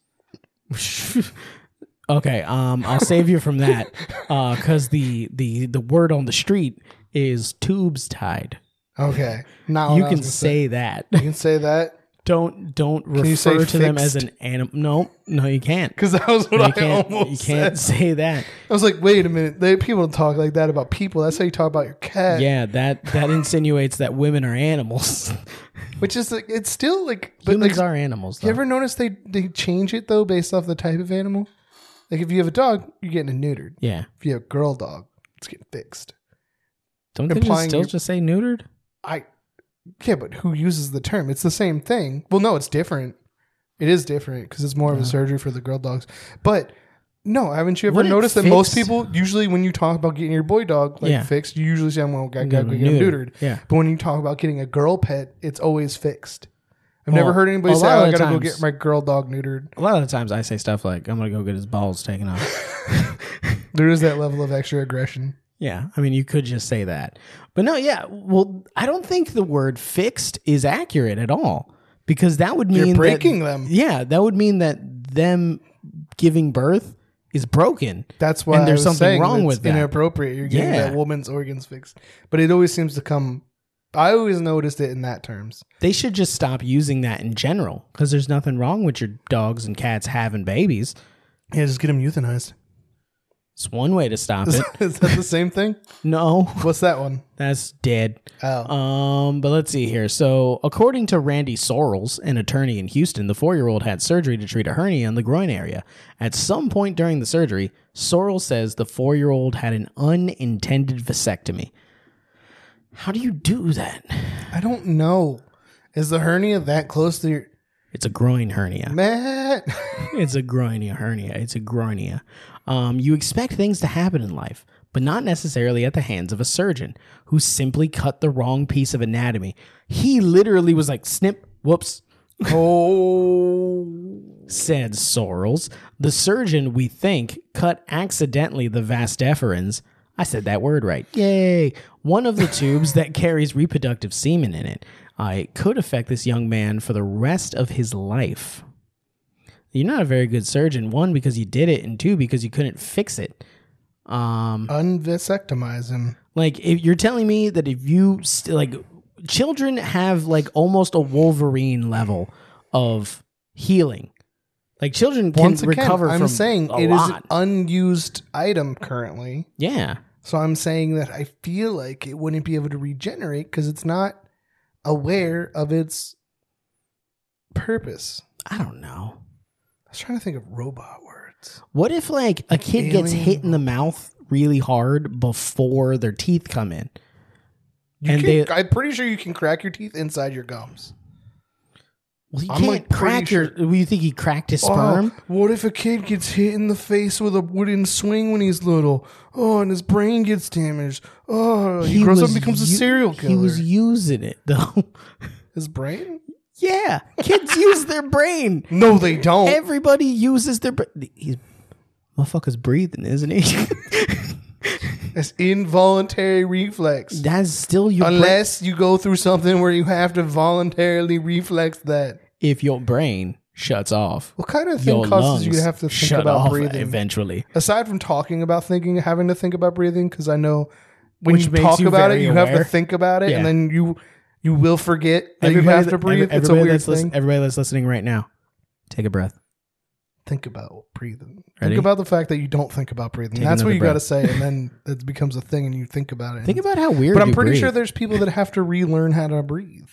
[SPEAKER 3] okay, um, I'll save you from that because the the the word on the street is tubes tied.
[SPEAKER 1] Okay, now
[SPEAKER 3] you can say that.
[SPEAKER 1] you can say that
[SPEAKER 3] Don't don't
[SPEAKER 1] you say
[SPEAKER 3] refer to them as
[SPEAKER 1] fixed?
[SPEAKER 3] an animal. No, no, you can't.
[SPEAKER 1] because that was what
[SPEAKER 3] You
[SPEAKER 1] I
[SPEAKER 3] can't.
[SPEAKER 1] almost
[SPEAKER 3] You can't
[SPEAKER 1] said.
[SPEAKER 3] say that.
[SPEAKER 1] I was like, wait a minute, they, people don't talk like that about people. That's how you talk about your cat.
[SPEAKER 3] Yeah, that that insinuates that women are animals.
[SPEAKER 1] which is like it's still like, but
[SPEAKER 3] Humans
[SPEAKER 1] like,
[SPEAKER 3] are animals. Though.
[SPEAKER 1] you ever notice they they change it though based off the type of animal? Like if you have a dog, you're getting it neutered.
[SPEAKER 3] yeah.
[SPEAKER 1] If you have a girl dog, it's getting fixed.
[SPEAKER 3] Don't they just
[SPEAKER 1] Implying
[SPEAKER 3] still
[SPEAKER 1] you-
[SPEAKER 3] just say neutered?
[SPEAKER 1] I yeah, but who uses the term? It's the same thing. Well, no, it's different. It is different because it's more of a surgery for the girl dogs. But no, haven't you ever
[SPEAKER 3] Wouldn't
[SPEAKER 1] noticed that most
[SPEAKER 3] fixed-
[SPEAKER 1] people usually when you talk about getting your boy dog like
[SPEAKER 3] Yeah.
[SPEAKER 1] fixed, you usually say, "Well, got got
[SPEAKER 3] Yeah,
[SPEAKER 1] to get him
[SPEAKER 3] neutered.
[SPEAKER 1] neutered."
[SPEAKER 3] Yeah.
[SPEAKER 1] But when you talk about getting a girl pet, it's always fixed. I've never
[SPEAKER 3] Well,
[SPEAKER 1] heard anybody
[SPEAKER 3] a
[SPEAKER 1] say,
[SPEAKER 3] lot
[SPEAKER 1] oh,
[SPEAKER 3] of
[SPEAKER 1] I
[SPEAKER 3] the
[SPEAKER 1] gotta go
[SPEAKER 3] times-
[SPEAKER 1] get my girl dog neutered.
[SPEAKER 3] A lot of the times I say stuff like, I'm going to go get his balls taken off.
[SPEAKER 1] There is that level of extra aggression.
[SPEAKER 3] yeah. I mean, you could just say that. But no, yeah. Well, I don't think the word fixed is accurate at all because that would mean
[SPEAKER 1] You're
[SPEAKER 3] that-
[SPEAKER 1] breaking them.
[SPEAKER 3] Yeah. That would mean that them giving birth is broken.
[SPEAKER 1] That's why
[SPEAKER 3] And there's
[SPEAKER 1] I was
[SPEAKER 3] something
[SPEAKER 1] saying
[SPEAKER 3] wrong
[SPEAKER 1] that's
[SPEAKER 3] with that.
[SPEAKER 1] Inappropriate. You're getting
[SPEAKER 3] Yeah.
[SPEAKER 1] that woman's organs fixed, but it always seems to come. I always noticed it in that terms.
[SPEAKER 3] They should just stop using that in general because there's nothing wrong with your dogs and cats having babies.
[SPEAKER 1] Yeah, just get them euthanized.
[SPEAKER 3] It's one way to stop it.
[SPEAKER 1] is that the same thing?
[SPEAKER 3] no,
[SPEAKER 1] What's that one?
[SPEAKER 3] that's dead.
[SPEAKER 1] Oh,
[SPEAKER 3] Um, but let's see here. So, according to Randy Sorrells, an attorney in Houston, the four-year-old had surgery to treat a hernia in the groin area. At some point during the surgery, Sorrells says the four-year-old had an unintended vasectomy. How do you do that?
[SPEAKER 1] I don't know. Is the hernia that close to your
[SPEAKER 3] It's a groin hernia.
[SPEAKER 1] Matt?
[SPEAKER 3] It's a groinia hernia. It's a groinia. Um, you expect things to happen in life, but not necessarily at the hands of a surgeon who simply cut the wrong piece of anatomy. He literally was like, snip, whoops.
[SPEAKER 1] oh,
[SPEAKER 3] said Sorrels. The surgeon, we think, cut accidentally the vas deferens. I said that word right. Yay! One of the tubes that carries reproductive semen in it. Uh, it could affect this young man for the rest of his life. You're not a very good surgeon. One, because you did it, and two, because you couldn't fix it. Um,
[SPEAKER 1] unvasectomize him.
[SPEAKER 3] like if you're telling me that if you st- like children have like almost a Wolverine level of healing. Like children can
[SPEAKER 1] Once again,
[SPEAKER 3] recover
[SPEAKER 1] I'm
[SPEAKER 3] from
[SPEAKER 1] saying
[SPEAKER 3] a
[SPEAKER 1] it is
[SPEAKER 3] lot.
[SPEAKER 1] an unused item currently.
[SPEAKER 3] yeah.
[SPEAKER 1] So I'm saying that I feel like it wouldn't be able to regenerate because it's not aware of its purpose.
[SPEAKER 3] I don't know.
[SPEAKER 1] I was trying to think of robot words.
[SPEAKER 3] What if like a kid gets
[SPEAKER 1] Alien.
[SPEAKER 3] hit in the mouth really hard before their teeth come in?
[SPEAKER 1] You
[SPEAKER 3] And
[SPEAKER 1] can,
[SPEAKER 3] they-
[SPEAKER 1] I'm pretty sure you can crack your teeth inside your gums.
[SPEAKER 3] Well, you
[SPEAKER 1] I'm,
[SPEAKER 3] can't
[SPEAKER 1] like, pretty
[SPEAKER 3] crack your. Well, you think he cracked his sperm?
[SPEAKER 1] Oh, what if a kid gets hit in the face with a wooden swing when he's little? Oh, and his brain gets damaged. Oh, he, grows up
[SPEAKER 3] was
[SPEAKER 1] and becomes a
[SPEAKER 3] u-
[SPEAKER 1] serial killer.
[SPEAKER 3] He was using it though.
[SPEAKER 1] his brain?
[SPEAKER 3] yeah, kids use their brain.
[SPEAKER 1] No, they don't.
[SPEAKER 3] Oh. Everybody uses their. Br- he's motherfucker's breathing, isn't he?
[SPEAKER 1] it's involuntary reflex.
[SPEAKER 3] That's still your. brain.
[SPEAKER 1] Unless you go through something where you have to voluntarily reflex that.
[SPEAKER 3] if your brain shuts off,
[SPEAKER 1] What kind of thing
[SPEAKER 3] your lungs
[SPEAKER 1] causes you to have to think
[SPEAKER 3] shut
[SPEAKER 1] about
[SPEAKER 3] off
[SPEAKER 1] breathing?
[SPEAKER 3] eventually.
[SPEAKER 1] Aside from talking about thinking, having to think about breathing, because I know when
[SPEAKER 3] Which
[SPEAKER 1] you
[SPEAKER 3] makes
[SPEAKER 1] talk
[SPEAKER 3] you
[SPEAKER 1] about it,
[SPEAKER 3] very
[SPEAKER 1] you have to
[SPEAKER 3] aware.
[SPEAKER 1] think about it,
[SPEAKER 3] Yeah.
[SPEAKER 1] and then you you will forget that you have to
[SPEAKER 3] that-
[SPEAKER 1] breathe.
[SPEAKER 3] every-
[SPEAKER 1] it's a
[SPEAKER 3] everybody
[SPEAKER 1] weird
[SPEAKER 3] that's lis-
[SPEAKER 1] thing.
[SPEAKER 3] everybody that's listening right now, take a breath.
[SPEAKER 1] think about breathing.
[SPEAKER 3] Ready?
[SPEAKER 1] Think about the fact that you don't think about breathing.
[SPEAKER 3] Take
[SPEAKER 1] That's what
[SPEAKER 3] another
[SPEAKER 1] you got to
[SPEAKER 3] breath.
[SPEAKER 1] say, and then it becomes a thing, and you think about it.
[SPEAKER 3] Think
[SPEAKER 1] and-
[SPEAKER 3] about how weird.
[SPEAKER 1] but I'm
[SPEAKER 3] you
[SPEAKER 1] pretty sure
[SPEAKER 3] breathe.
[SPEAKER 1] there's people that have to relearn how to breathe.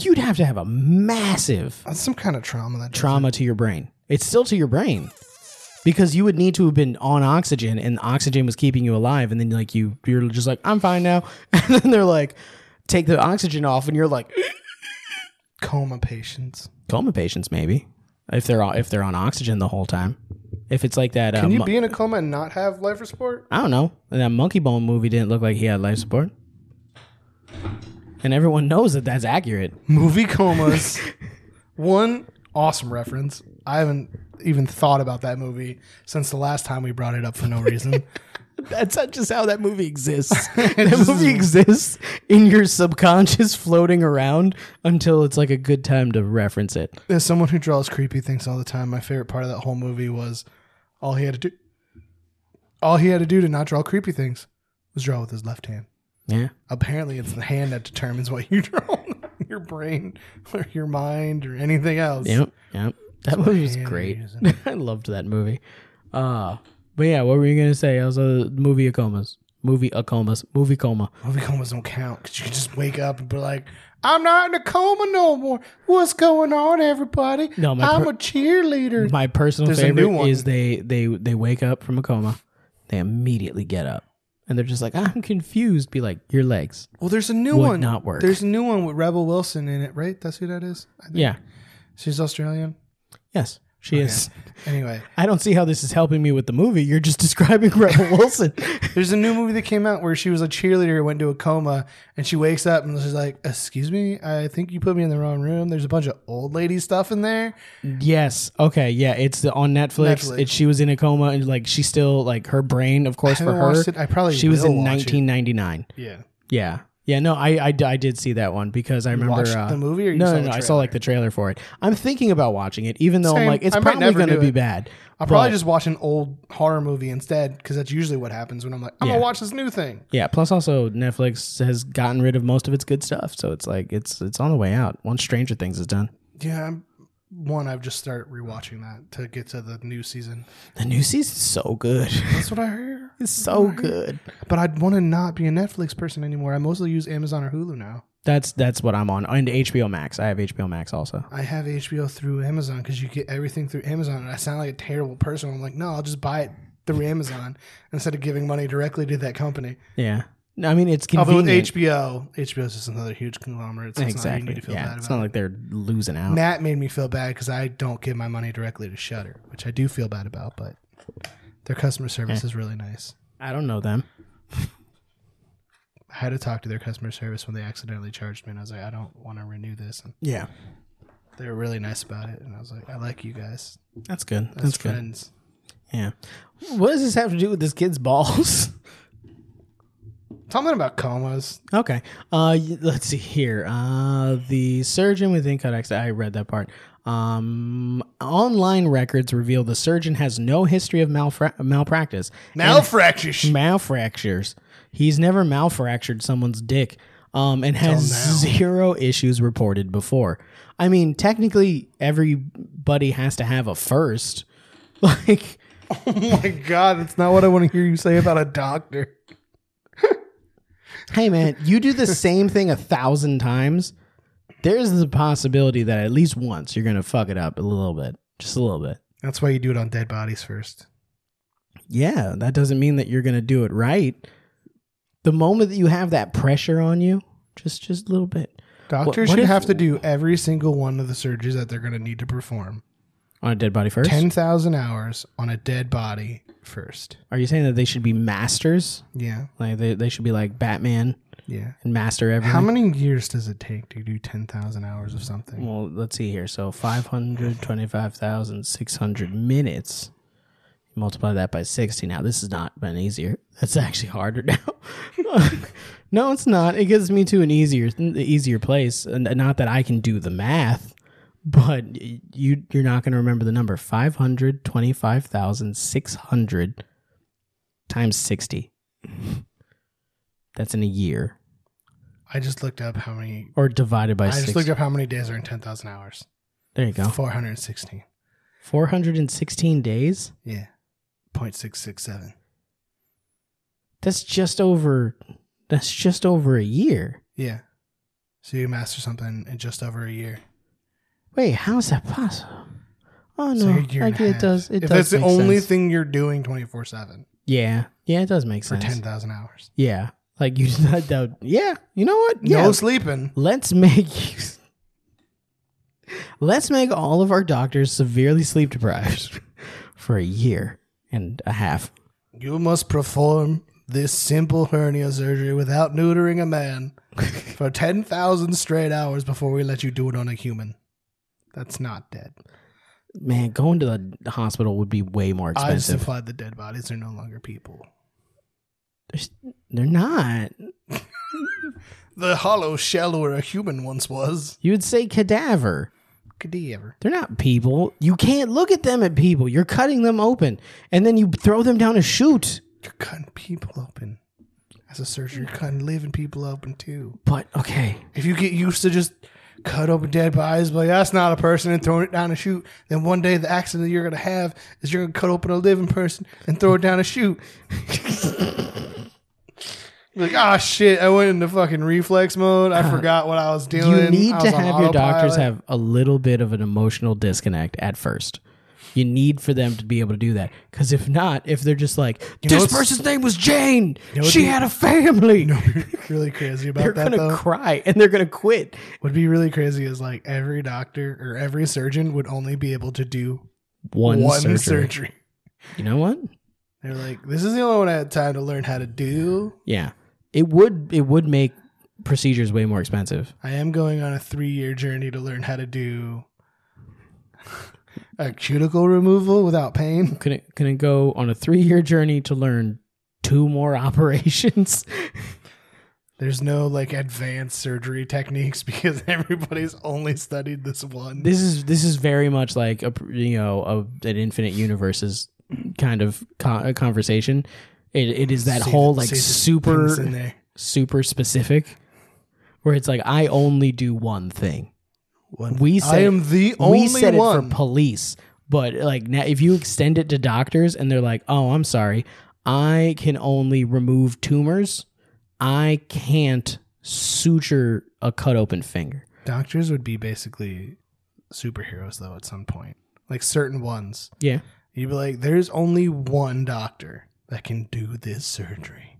[SPEAKER 3] you'd have to have a massive
[SPEAKER 1] That's some kind of trauma. That
[SPEAKER 3] trauma to your brain. It's still to your brain because you would need to have been on oxygen and oxygen was keeping you alive and then like you you're just like I'm fine now and then they're like take the oxygen off and you're like
[SPEAKER 1] coma patients.
[SPEAKER 3] coma patients maybe if they're on, if they're on oxygen the whole time if it's like that uh,
[SPEAKER 1] Can you
[SPEAKER 3] mon-
[SPEAKER 1] be in a coma and not have life support?
[SPEAKER 3] I don't know that monkey bone movie didn't look like he had life support and everyone knows that that's accurate
[SPEAKER 1] Movie comas. One awesome reference. I haven't even thought about that movie since the last time we brought it up for no reason.
[SPEAKER 3] that's not just how that movie exists that movie exists in your subconscious floating around until it's like a good time to reference it
[SPEAKER 1] As someone who draws creepy things all the time, my favorite part of that whole movie was all he had to do. All he had to do to not draw creepy things was draw with his left hand.
[SPEAKER 3] yeah
[SPEAKER 1] Apparently, it's the hand that determines what you draw, not your brain or your mind or anything else.
[SPEAKER 3] Yep, yep. That movie was
[SPEAKER 1] hand
[SPEAKER 3] great.
[SPEAKER 1] is
[SPEAKER 3] I loved that movie. Uh but yeah, what were you gonna say? I was a movie of comas. Movie of comas. Movie coma.
[SPEAKER 1] Movie comas don't count because you can just wake up and be like, I'm not in a coma no more. What's going on, everybody?
[SPEAKER 3] No, my
[SPEAKER 1] I'm
[SPEAKER 3] per-
[SPEAKER 1] a cheerleader.
[SPEAKER 3] My personal
[SPEAKER 1] There's a new
[SPEAKER 3] favorite
[SPEAKER 1] one.
[SPEAKER 3] is they they they wake up from a coma, they immediately get up, and they're just like, "Ah, I'm confused. Be like, your legs.
[SPEAKER 1] well, there's a new
[SPEAKER 3] would
[SPEAKER 1] one.
[SPEAKER 3] not work.
[SPEAKER 1] There's a new one with Rebel Wilson in it, right? That's who that is. I think
[SPEAKER 3] Yeah.
[SPEAKER 1] She's Australian.
[SPEAKER 3] Yes. She is.
[SPEAKER 1] Anyway,
[SPEAKER 3] I don't see how this is helping me with the movie. You're just describing Rebel Wilson.
[SPEAKER 1] there's a new movie that came out where she was a cheerleader, went into a coma, and she wakes up and she's like, "Excuse me, I think you put me in the wrong room. There's a bunch of old lady stuff in there."
[SPEAKER 3] yes. Okay. Yeah. It's the, on Netflix.
[SPEAKER 1] Netflix.
[SPEAKER 3] It, she was in a coma and like she still like her brain, of course, for
[SPEAKER 1] haven't
[SPEAKER 3] her.
[SPEAKER 1] watched it. I probably
[SPEAKER 3] she was
[SPEAKER 1] will
[SPEAKER 3] in
[SPEAKER 1] watch it.
[SPEAKER 3] 1999.
[SPEAKER 1] Yeah.
[SPEAKER 3] Yeah. Yeah, no, I, I, I did see that one because I remember
[SPEAKER 1] watched
[SPEAKER 3] uh,
[SPEAKER 1] the movie or you
[SPEAKER 3] no,
[SPEAKER 1] saw
[SPEAKER 3] no,
[SPEAKER 1] the
[SPEAKER 3] no, I saw like the trailer for it. I'm thinking about watching it, even though
[SPEAKER 1] Same.
[SPEAKER 3] I'm like, it's
[SPEAKER 1] I might
[SPEAKER 3] probably
[SPEAKER 1] never
[SPEAKER 3] going to
[SPEAKER 1] do
[SPEAKER 3] be
[SPEAKER 1] it.
[SPEAKER 3] bad.
[SPEAKER 1] I'll probably
[SPEAKER 3] But-
[SPEAKER 1] just watch an old horror movie instead because that's usually what happens when I'm like, I'm
[SPEAKER 3] Yeah.
[SPEAKER 1] gonna watch this new thing.
[SPEAKER 3] Yeah. Plus, also Netflix has gotten rid of most of its good stuff, so it's like it's it's on the way out. Once Stranger Things is done,
[SPEAKER 1] Yeah, I'm, one I've just started rewatching that to get to the new season.
[SPEAKER 3] the new season's so good.
[SPEAKER 1] That's what I hear.
[SPEAKER 3] it's so good.
[SPEAKER 1] But I'd want to not be a Netflix person anymore. I mostly use Amazon or Hulu now.
[SPEAKER 3] That's that's what I'm on. And HBO Max. I have HBO Max also.
[SPEAKER 1] I have HBO through Amazon because you get everything through Amazon, and I sound like a terrible person. I'm like, no, I'll just buy it through Amazon instead of giving money directly to that company.
[SPEAKER 3] Yeah. No, I mean it's
[SPEAKER 1] Although Oh, with
[SPEAKER 3] convenient.
[SPEAKER 1] HBO, HBO is just another huge conglomerate. So It's not, you
[SPEAKER 3] exactly.
[SPEAKER 1] need to feel
[SPEAKER 3] yeah.
[SPEAKER 1] bad
[SPEAKER 3] it's
[SPEAKER 1] about
[SPEAKER 3] not
[SPEAKER 1] it.
[SPEAKER 3] like they're losing out.
[SPEAKER 1] Matt made me feel bad because I don't give my money directly to Shutter, which I do feel bad about, but their customer
[SPEAKER 3] Hmm.
[SPEAKER 1] service is really nice.
[SPEAKER 3] I don't know them.
[SPEAKER 1] I had to talk to their customer service when they accidentally charged me, and I was like, I don't want to renew this. And
[SPEAKER 3] Yeah.
[SPEAKER 1] they were really nice about it, and I was like, I like you guys.
[SPEAKER 3] That's good. That's,
[SPEAKER 1] That's
[SPEAKER 3] good.
[SPEAKER 1] friends.
[SPEAKER 3] Yeah. What does this have to do with this kid's balls?
[SPEAKER 1] Talking about comas,
[SPEAKER 3] okay. Uh, y- let's see here. Uh, the surgeon with incodex. I read that part. Um, online records reveal the surgeon has no history of malfra- malpractice.
[SPEAKER 1] malfractures.
[SPEAKER 3] Malfractures. He's never malfractured someone's dick. Um, and has
[SPEAKER 1] now.
[SPEAKER 3] zero issues reported before. I mean, technically, everybody has to have a first. Like,
[SPEAKER 1] Oh my god, that's not what I want to hear you say about a doctor.
[SPEAKER 3] hey man, you do the same thing a thousand times. There's the possibility that at least once you're gonna fuck it up a little bit, just a little bit.
[SPEAKER 1] That's why you do it on dead bodies first.
[SPEAKER 3] Yeah, that doesn't mean that you're gonna do it right. The moment that you have that pressure on you, just just a little bit
[SPEAKER 1] Doctors
[SPEAKER 3] what
[SPEAKER 1] should
[SPEAKER 3] if-
[SPEAKER 1] have to do every single one of the surgeries that they're going to need to perform.
[SPEAKER 3] on a dead body first.
[SPEAKER 1] 10,000 hours on a dead body first.
[SPEAKER 3] Are you saying that they should be masters?
[SPEAKER 1] Yeah.
[SPEAKER 3] Like they they should be like Batman
[SPEAKER 1] Yeah.
[SPEAKER 3] and master everything.
[SPEAKER 1] How many years does it take to do 10,000 hours of something?
[SPEAKER 3] Well, let's see here. So 525,600 minutes. Multiply that by 60. Now, this has not been easier. That's actually harder now. no, it's not. It gets me to an easier easier place. And not that I can do the math, but you you're not going to remember the number 525,600 times 60. That's in a year
[SPEAKER 1] I just looked up how many.
[SPEAKER 3] or divided by
[SPEAKER 1] I
[SPEAKER 3] 60.
[SPEAKER 1] just looked up how many days are in 10,000 hours.
[SPEAKER 3] there you go.
[SPEAKER 1] 416.
[SPEAKER 3] 416 days.
[SPEAKER 1] Yeah. 0.667.
[SPEAKER 3] that's just over that's just over a year
[SPEAKER 1] Yeah. So you master something in just over a year.
[SPEAKER 3] wait how is that possible oh no
[SPEAKER 1] So a year
[SPEAKER 3] I
[SPEAKER 1] and a
[SPEAKER 3] get- it
[SPEAKER 1] half.
[SPEAKER 3] does it
[SPEAKER 1] if
[SPEAKER 3] does
[SPEAKER 1] that's the
[SPEAKER 3] make
[SPEAKER 1] only
[SPEAKER 3] sense.
[SPEAKER 1] thing you're doing 24 7
[SPEAKER 3] yeah yeah it does make
[SPEAKER 1] for
[SPEAKER 3] sense
[SPEAKER 1] 10,000 hours.
[SPEAKER 3] yeah like you that, that, yeah you know what yeah
[SPEAKER 1] No sleeping.
[SPEAKER 3] let's make let's make all of our doctors severely sleep deprived for a year and a half
[SPEAKER 1] You must perform this simple hernia surgery without neutering a man for 10,000 straight hours before we let you do it on a human. That's not dead.
[SPEAKER 3] man going to the hospital would be way more
[SPEAKER 1] I just
[SPEAKER 3] expensive
[SPEAKER 1] implied the dead bodies are no longer people.
[SPEAKER 3] they're not
[SPEAKER 1] The hollow shell where a human once was.
[SPEAKER 3] you would say cadaver
[SPEAKER 1] Could he ever?
[SPEAKER 3] They're not people. You can't look at them at people. You're cutting them open and then you throw them down a chute.
[SPEAKER 1] You're cutting people open. As a surgeon, you're cutting living people open too.
[SPEAKER 3] But okay.
[SPEAKER 1] If you get used to just cut open dead bodies, but that's not a person, and throwing it down a chute, then one day the accident you're gonna have is you're gonna cut open a living person and throw it down a chute. like, ah, shit, I went into fucking reflex mode. I forgot what I was doing.
[SPEAKER 3] Uh, You need
[SPEAKER 1] I
[SPEAKER 3] to
[SPEAKER 1] was on
[SPEAKER 3] have your doctors
[SPEAKER 1] autopilot."
[SPEAKER 3] have a little bit of an emotional disconnect at first. You need for them to be able to do that. Because if not, if they're just like,
[SPEAKER 1] know
[SPEAKER 3] this
[SPEAKER 1] what's-
[SPEAKER 3] person's name was Jane,
[SPEAKER 1] know
[SPEAKER 3] she
[SPEAKER 1] what's-
[SPEAKER 3] had a family,
[SPEAKER 1] really crazy
[SPEAKER 3] they're
[SPEAKER 1] about that
[SPEAKER 3] going to
[SPEAKER 1] though.
[SPEAKER 3] cry and they're going to quit.
[SPEAKER 1] What'd be really crazy is like every doctor or every surgeon would only be able to do
[SPEAKER 3] one,
[SPEAKER 1] One
[SPEAKER 3] surgery.
[SPEAKER 1] surgery.
[SPEAKER 3] You know what?
[SPEAKER 1] They're like, this is the only one I had time to learn how to do.
[SPEAKER 3] Yeah, it would it would make procedures way more expensive.
[SPEAKER 1] I am going on a three year journey to learn how to do a cuticle removal without pain.
[SPEAKER 3] Can it can it go on a three year journey to learn two more operations?
[SPEAKER 1] There's no like advanced surgery techniques because everybody's only studied this one.
[SPEAKER 3] this is this is very much like a you know a, an infinite universes kind of con- a conversation. It, it is that
[SPEAKER 1] See
[SPEAKER 3] whole
[SPEAKER 1] the-
[SPEAKER 3] like
[SPEAKER 1] see the
[SPEAKER 3] super
[SPEAKER 1] pins in there.
[SPEAKER 3] super specific where it's like I only do one thing. We said
[SPEAKER 1] I am the only
[SPEAKER 3] we said
[SPEAKER 1] one.
[SPEAKER 3] it for police, but like now if you extend it to doctors and they're like, "Oh, I'm sorry. I can only remove tumors. I can't suture a cut open finger."
[SPEAKER 1] Doctors would be basically superheroes though at some point. Like certain ones.
[SPEAKER 3] Yeah.
[SPEAKER 1] You'd be like, there's only one doctor that can do this surgery.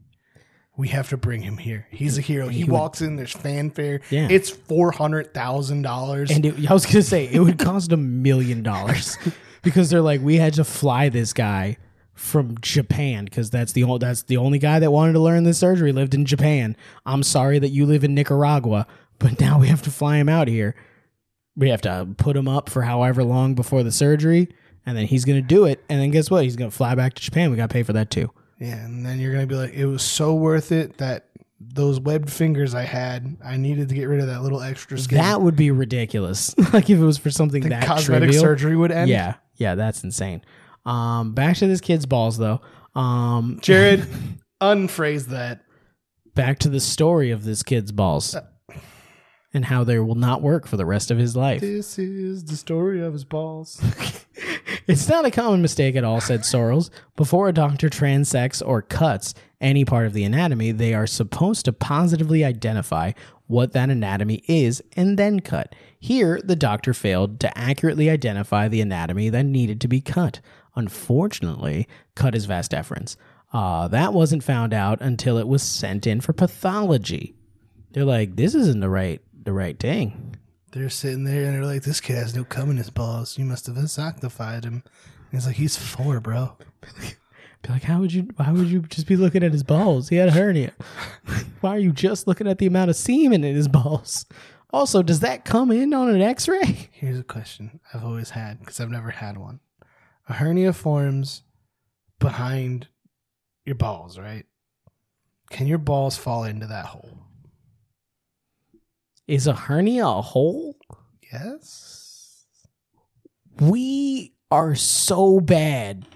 [SPEAKER 1] We have to bring him here. He's a hero. He, walks in, there's fanfare.
[SPEAKER 3] Yeah.
[SPEAKER 1] It's four hundred thousand dollars.
[SPEAKER 3] And it, I was gonna say it would cost a million dollars because they're like, we had to fly this guy from Japan because that's the only that's the only guy that wanted to learn this surgery lived in Japan. I'm sorry that you live in Nicaragua, but now we have to fly him out here. We have to put him up for however long before the surgery, and then he's gonna do it. And then guess what? He's gonna fly back to Japan. We gotta pay for that too.
[SPEAKER 1] Yeah, and then you're gonna be like, it was so worth it that those webbed fingers I had, I needed to get rid of that little extra skin.
[SPEAKER 3] That would be ridiculous. like if it was for something that
[SPEAKER 1] cosmetic
[SPEAKER 3] trivial.
[SPEAKER 1] surgery would end.
[SPEAKER 3] Yeah, yeah, that's insane. Um, back to this kid's balls though. Um,
[SPEAKER 1] Jared, unphrase that.
[SPEAKER 3] back to the story of this kid's balls and how they will not work for the rest of his life.
[SPEAKER 1] This is the story of his balls.
[SPEAKER 3] It's not a common mistake at all, said Sorrels. Before a doctor transects or cuts any part of the anatomy, they are supposed to positively identify what that anatomy is and then cut. Here, the doctor failed to accurately identify the anatomy that needed to be cut. Unfortunately, cut is vas deferens. Uh, that wasn't found out until it was sent in for pathology. They're like, this isn't the right the right thing.
[SPEAKER 1] They're sitting there and they're like, this kid has no cum in his balls. You must have insectified him. And he's like, he's four, bro.
[SPEAKER 3] Be like, how would you? Why would you just be looking at his balls? He had a hernia. why are you just looking at the amount of semen in his balls? Also, does that come in on an X-ray?
[SPEAKER 1] Here's a question I've always had because I've never had one. A hernia forms behind your balls, right? Can your balls fall into that hole?
[SPEAKER 3] Is a hernia a hole?
[SPEAKER 1] Yes.
[SPEAKER 3] We are so bad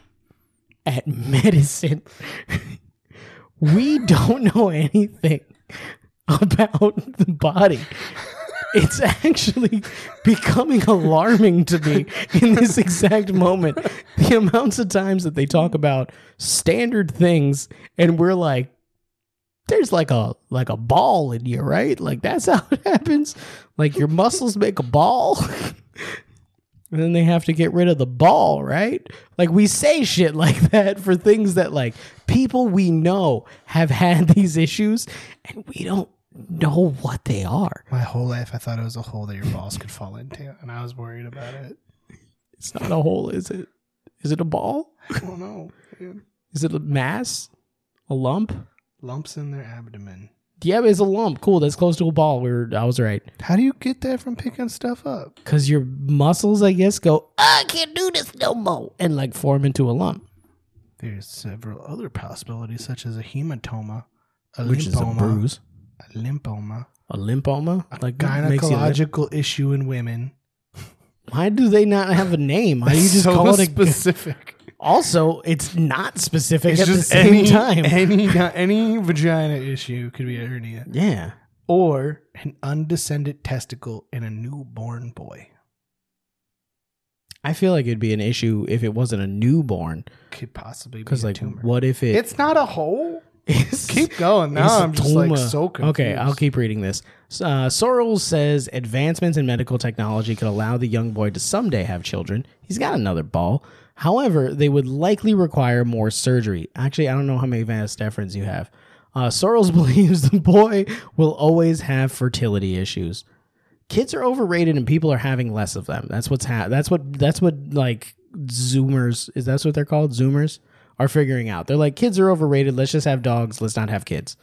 [SPEAKER 3] at medicine. we don't know anything about the body. It's actually becoming alarming to me in this exact moment. The amounts of times that they talk about standard things and we're like there's like a like a ball in you, right? Like that's how it happens. Like your muscles make a ball. And then they have to get rid of the ball, right? Like we say shit like that for things that like people we know have had these issues and we don't know what they are.
[SPEAKER 1] My whole life, I thought it was a hole that your balls could fall into, and I was worried about it.
[SPEAKER 3] It's not a hole, is it? Is it a ball?
[SPEAKER 1] I don't know. dude.
[SPEAKER 3] Is it a mass? A lump?
[SPEAKER 1] Lumps in their abdomen.
[SPEAKER 3] Yeah, it's a lump. Cool, that's close to a ball. We were, I was right.
[SPEAKER 1] How do you get that from picking stuff up?
[SPEAKER 3] Cause your muscles, I guess, go, "Ah, I can't do this no more and like form into a lump.
[SPEAKER 1] There's several other possibilities, such as a hematoma, a
[SPEAKER 3] Which
[SPEAKER 1] lymphoma,
[SPEAKER 3] is a bruise.
[SPEAKER 1] a lymphoma,
[SPEAKER 3] A lymphoma? Like makes you limp-
[SPEAKER 1] gynecological issue in women.
[SPEAKER 3] Why do they not have a name? Why do you just
[SPEAKER 1] So
[SPEAKER 3] call it a
[SPEAKER 1] specific?
[SPEAKER 3] Also, it's not specific
[SPEAKER 1] It's
[SPEAKER 3] at
[SPEAKER 1] just
[SPEAKER 3] the same
[SPEAKER 1] any
[SPEAKER 3] time.
[SPEAKER 1] any any vagina issue could be a hernia
[SPEAKER 3] yeah.
[SPEAKER 1] or an undescended testicle in a newborn boy.
[SPEAKER 3] I feel like it'd be an issue if it wasn't a newborn.
[SPEAKER 1] Could possibly be
[SPEAKER 3] Because,
[SPEAKER 1] a
[SPEAKER 3] like,
[SPEAKER 1] tumor.
[SPEAKER 3] what if it
[SPEAKER 1] It's not a hole.
[SPEAKER 3] is-
[SPEAKER 1] Keep going. Now
[SPEAKER 3] is a
[SPEAKER 1] I'm just like
[SPEAKER 3] tumor?
[SPEAKER 1] so confused.
[SPEAKER 3] Okay, I'll keep reading this. Uh, Sorrell says advancements in medical technology could allow the young boy to someday have children. He's got another ball. However, they would likely require more surgery. Actually, I don't know how many vas deferens you have. Uh, Sorrells believes the boy will always have fertility issues. kids are overrated and people are having less of them. That's what's ha- that's what that's what like Zoomers, is that what they're called? Zoomers are figuring out. They're like, kids are overrated. Let's just have dogs. Let's not have kids.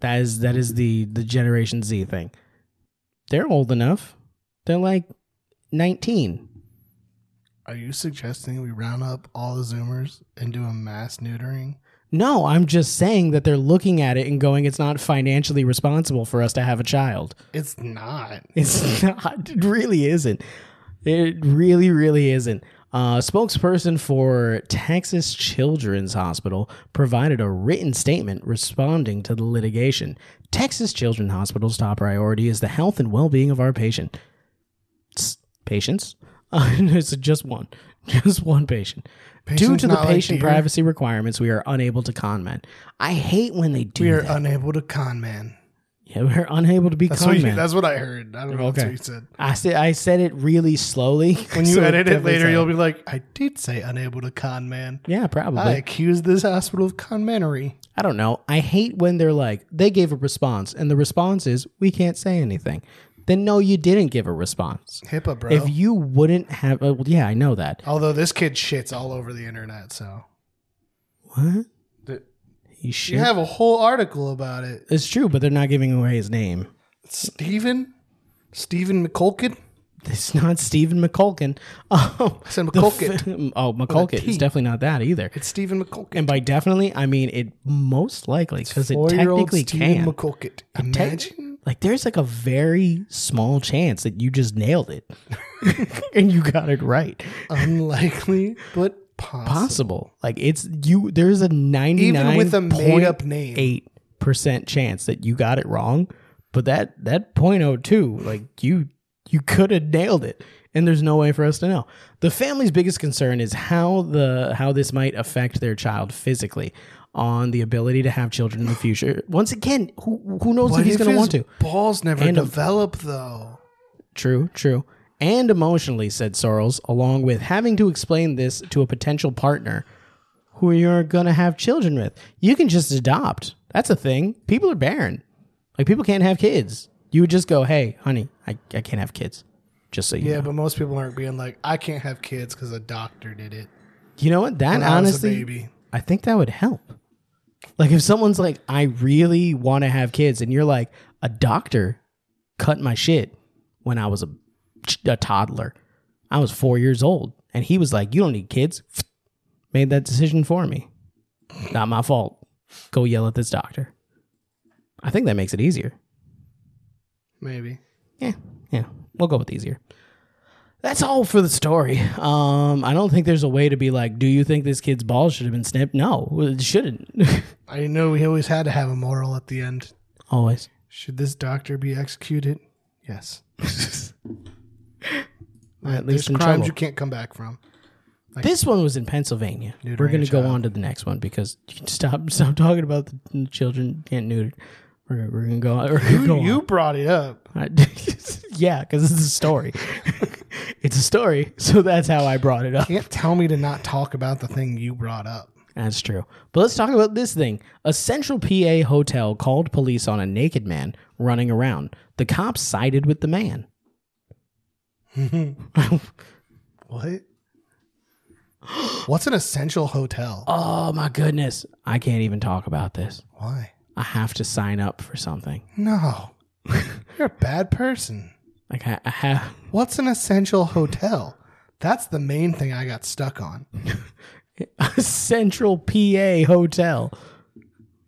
[SPEAKER 3] That is that is the the Generation Z thing. They're old enough. They're like nineteen.
[SPEAKER 1] Are you suggesting we round up all the Zoomers and do a mass neutering?
[SPEAKER 3] No, I'm just saying that they're looking at it and going, it's not financially responsible for us to have a child.
[SPEAKER 1] It's not.
[SPEAKER 3] It's not. It really isn't. It really, really isn't. Uh, spokesperson for Texas Children's Hospital provided a written statement responding to the litigation. Texas Children's Hospital's top priority is the health and well-being of our patient. S- Patients? Uh, it's just one, just one patient. Due
[SPEAKER 1] Patient's
[SPEAKER 3] to the
[SPEAKER 1] not like
[SPEAKER 3] patient
[SPEAKER 1] deer?
[SPEAKER 3] privacy requirements, we are unable to comment. I hate when they do
[SPEAKER 1] We are
[SPEAKER 3] that.
[SPEAKER 1] unable to con man.
[SPEAKER 3] yeah, we're unable to be
[SPEAKER 1] That's what, you,
[SPEAKER 3] comment.
[SPEAKER 1] that's what I heard. I don't know if that's
[SPEAKER 3] Okay.
[SPEAKER 1] what you said.
[SPEAKER 3] I said I said it really slowly.
[SPEAKER 1] When you
[SPEAKER 3] so
[SPEAKER 1] edit it
[SPEAKER 3] definitely
[SPEAKER 1] later,
[SPEAKER 3] sounded-
[SPEAKER 1] you'll be like, I did say unable to con man.
[SPEAKER 3] yeah, probably.
[SPEAKER 1] I accused this hospital of conmanery.
[SPEAKER 3] I don't know. I hate when they're like, they gave a response, and the response is, we can't say anything. Then no, you didn't give a response.
[SPEAKER 1] HIPAA, bro.
[SPEAKER 3] If you wouldn't have, uh, well, yeah, I know that.
[SPEAKER 1] Although this kid shits all over the internet, so
[SPEAKER 3] What?
[SPEAKER 1] The-
[SPEAKER 3] He
[SPEAKER 1] you
[SPEAKER 3] should.
[SPEAKER 1] have a whole article about it.
[SPEAKER 3] it's true, but they're not giving away his name.
[SPEAKER 1] Stephen, Stephen McCulkin.
[SPEAKER 3] It's not Stephen McCulkin. Oh,
[SPEAKER 1] I said
[SPEAKER 3] the
[SPEAKER 1] McCulkin.
[SPEAKER 3] f- oh, McCulkin.
[SPEAKER 1] T.
[SPEAKER 3] It's definitely not that either.
[SPEAKER 1] It's Stephen McCulkin.
[SPEAKER 3] And by definitely, I mean it most likely because it
[SPEAKER 1] Four-year-old
[SPEAKER 3] technically
[SPEAKER 1] Stephen
[SPEAKER 3] can.
[SPEAKER 1] McCulkin. Imagine.
[SPEAKER 3] Like there's like a very small chance that you just nailed it and you got it right.
[SPEAKER 1] Unlikely, but possible.
[SPEAKER 3] Possible. Like it's you there's a
[SPEAKER 1] Even with a made up
[SPEAKER 3] 99.8%
[SPEAKER 1] name.
[SPEAKER 3] chance that you got it wrong, but that that 0.02 like you you could have nailed it and there's no way for us to know. The family's biggest concern is how the how this might affect their child physically on the ability to have children in the future. Once again, who who knows if he's going to
[SPEAKER 1] his
[SPEAKER 3] want to?
[SPEAKER 1] Balls never
[SPEAKER 3] And a-
[SPEAKER 1] develop though.
[SPEAKER 3] True, true. And emotionally, said Sorrels, along with having to explain this to a potential partner who you're going to have children with. You can just adopt. That's a thing. People are barren. Like, people can't have kids. You would just go, hey, honey, I, I can't have kids. Just so you
[SPEAKER 1] Yeah,
[SPEAKER 3] know.
[SPEAKER 1] but most people aren't being like, I can't have kids because a doctor did it.
[SPEAKER 3] You know what? That
[SPEAKER 1] When I was a
[SPEAKER 3] honestly,
[SPEAKER 1] baby.
[SPEAKER 3] I think that would help. Like, if someone's like, I really want to have kids, and you're like, a doctor cut my shit when I was a, a toddler. I was four years old, and he was like, You don't need kids. Made that decision for me. Not my fault. Go yell at this doctor. I think that makes it easier.
[SPEAKER 1] Maybe.
[SPEAKER 3] Yeah, yeah, we'll go with easier. That's all for the story. Um, I don't think there's a way to be like, do you think this kid's balls should have been snipped? No, it shouldn't.
[SPEAKER 1] I know we always had to have a moral at the end.
[SPEAKER 3] Always.
[SPEAKER 1] Should this doctor be executed? Yes. There's
[SPEAKER 3] At least in
[SPEAKER 1] crimes
[SPEAKER 3] trouble.
[SPEAKER 1] you can't come back from.
[SPEAKER 3] This one was in Pennsylvania. We're
[SPEAKER 1] Neutering
[SPEAKER 3] going
[SPEAKER 1] a
[SPEAKER 3] to go
[SPEAKER 1] child.
[SPEAKER 3] on to the next one because you can stop stop talking about the children getting neutered. We're, we're going to go on. We're gonna go
[SPEAKER 1] You,
[SPEAKER 3] on.
[SPEAKER 1] you brought it up.
[SPEAKER 3] I- yeah, because it's a story. it's a story. So that's how I brought it up.
[SPEAKER 1] Can't tell me to not talk about the thing you brought up.
[SPEAKER 3] That's true. But let's talk about this thing. A central PA hotel called police on a naked man running around. The cops sided with the man.
[SPEAKER 1] What? What's an essential hotel?
[SPEAKER 3] Oh my goodness. I can't even talk about this.
[SPEAKER 1] Why?
[SPEAKER 3] I have to sign up for something.
[SPEAKER 1] No. You're a bad person.
[SPEAKER 3] Like I, I have
[SPEAKER 1] What's an essential hotel? That's the main thing I got stuck on.
[SPEAKER 3] Mm. a central PA hotel.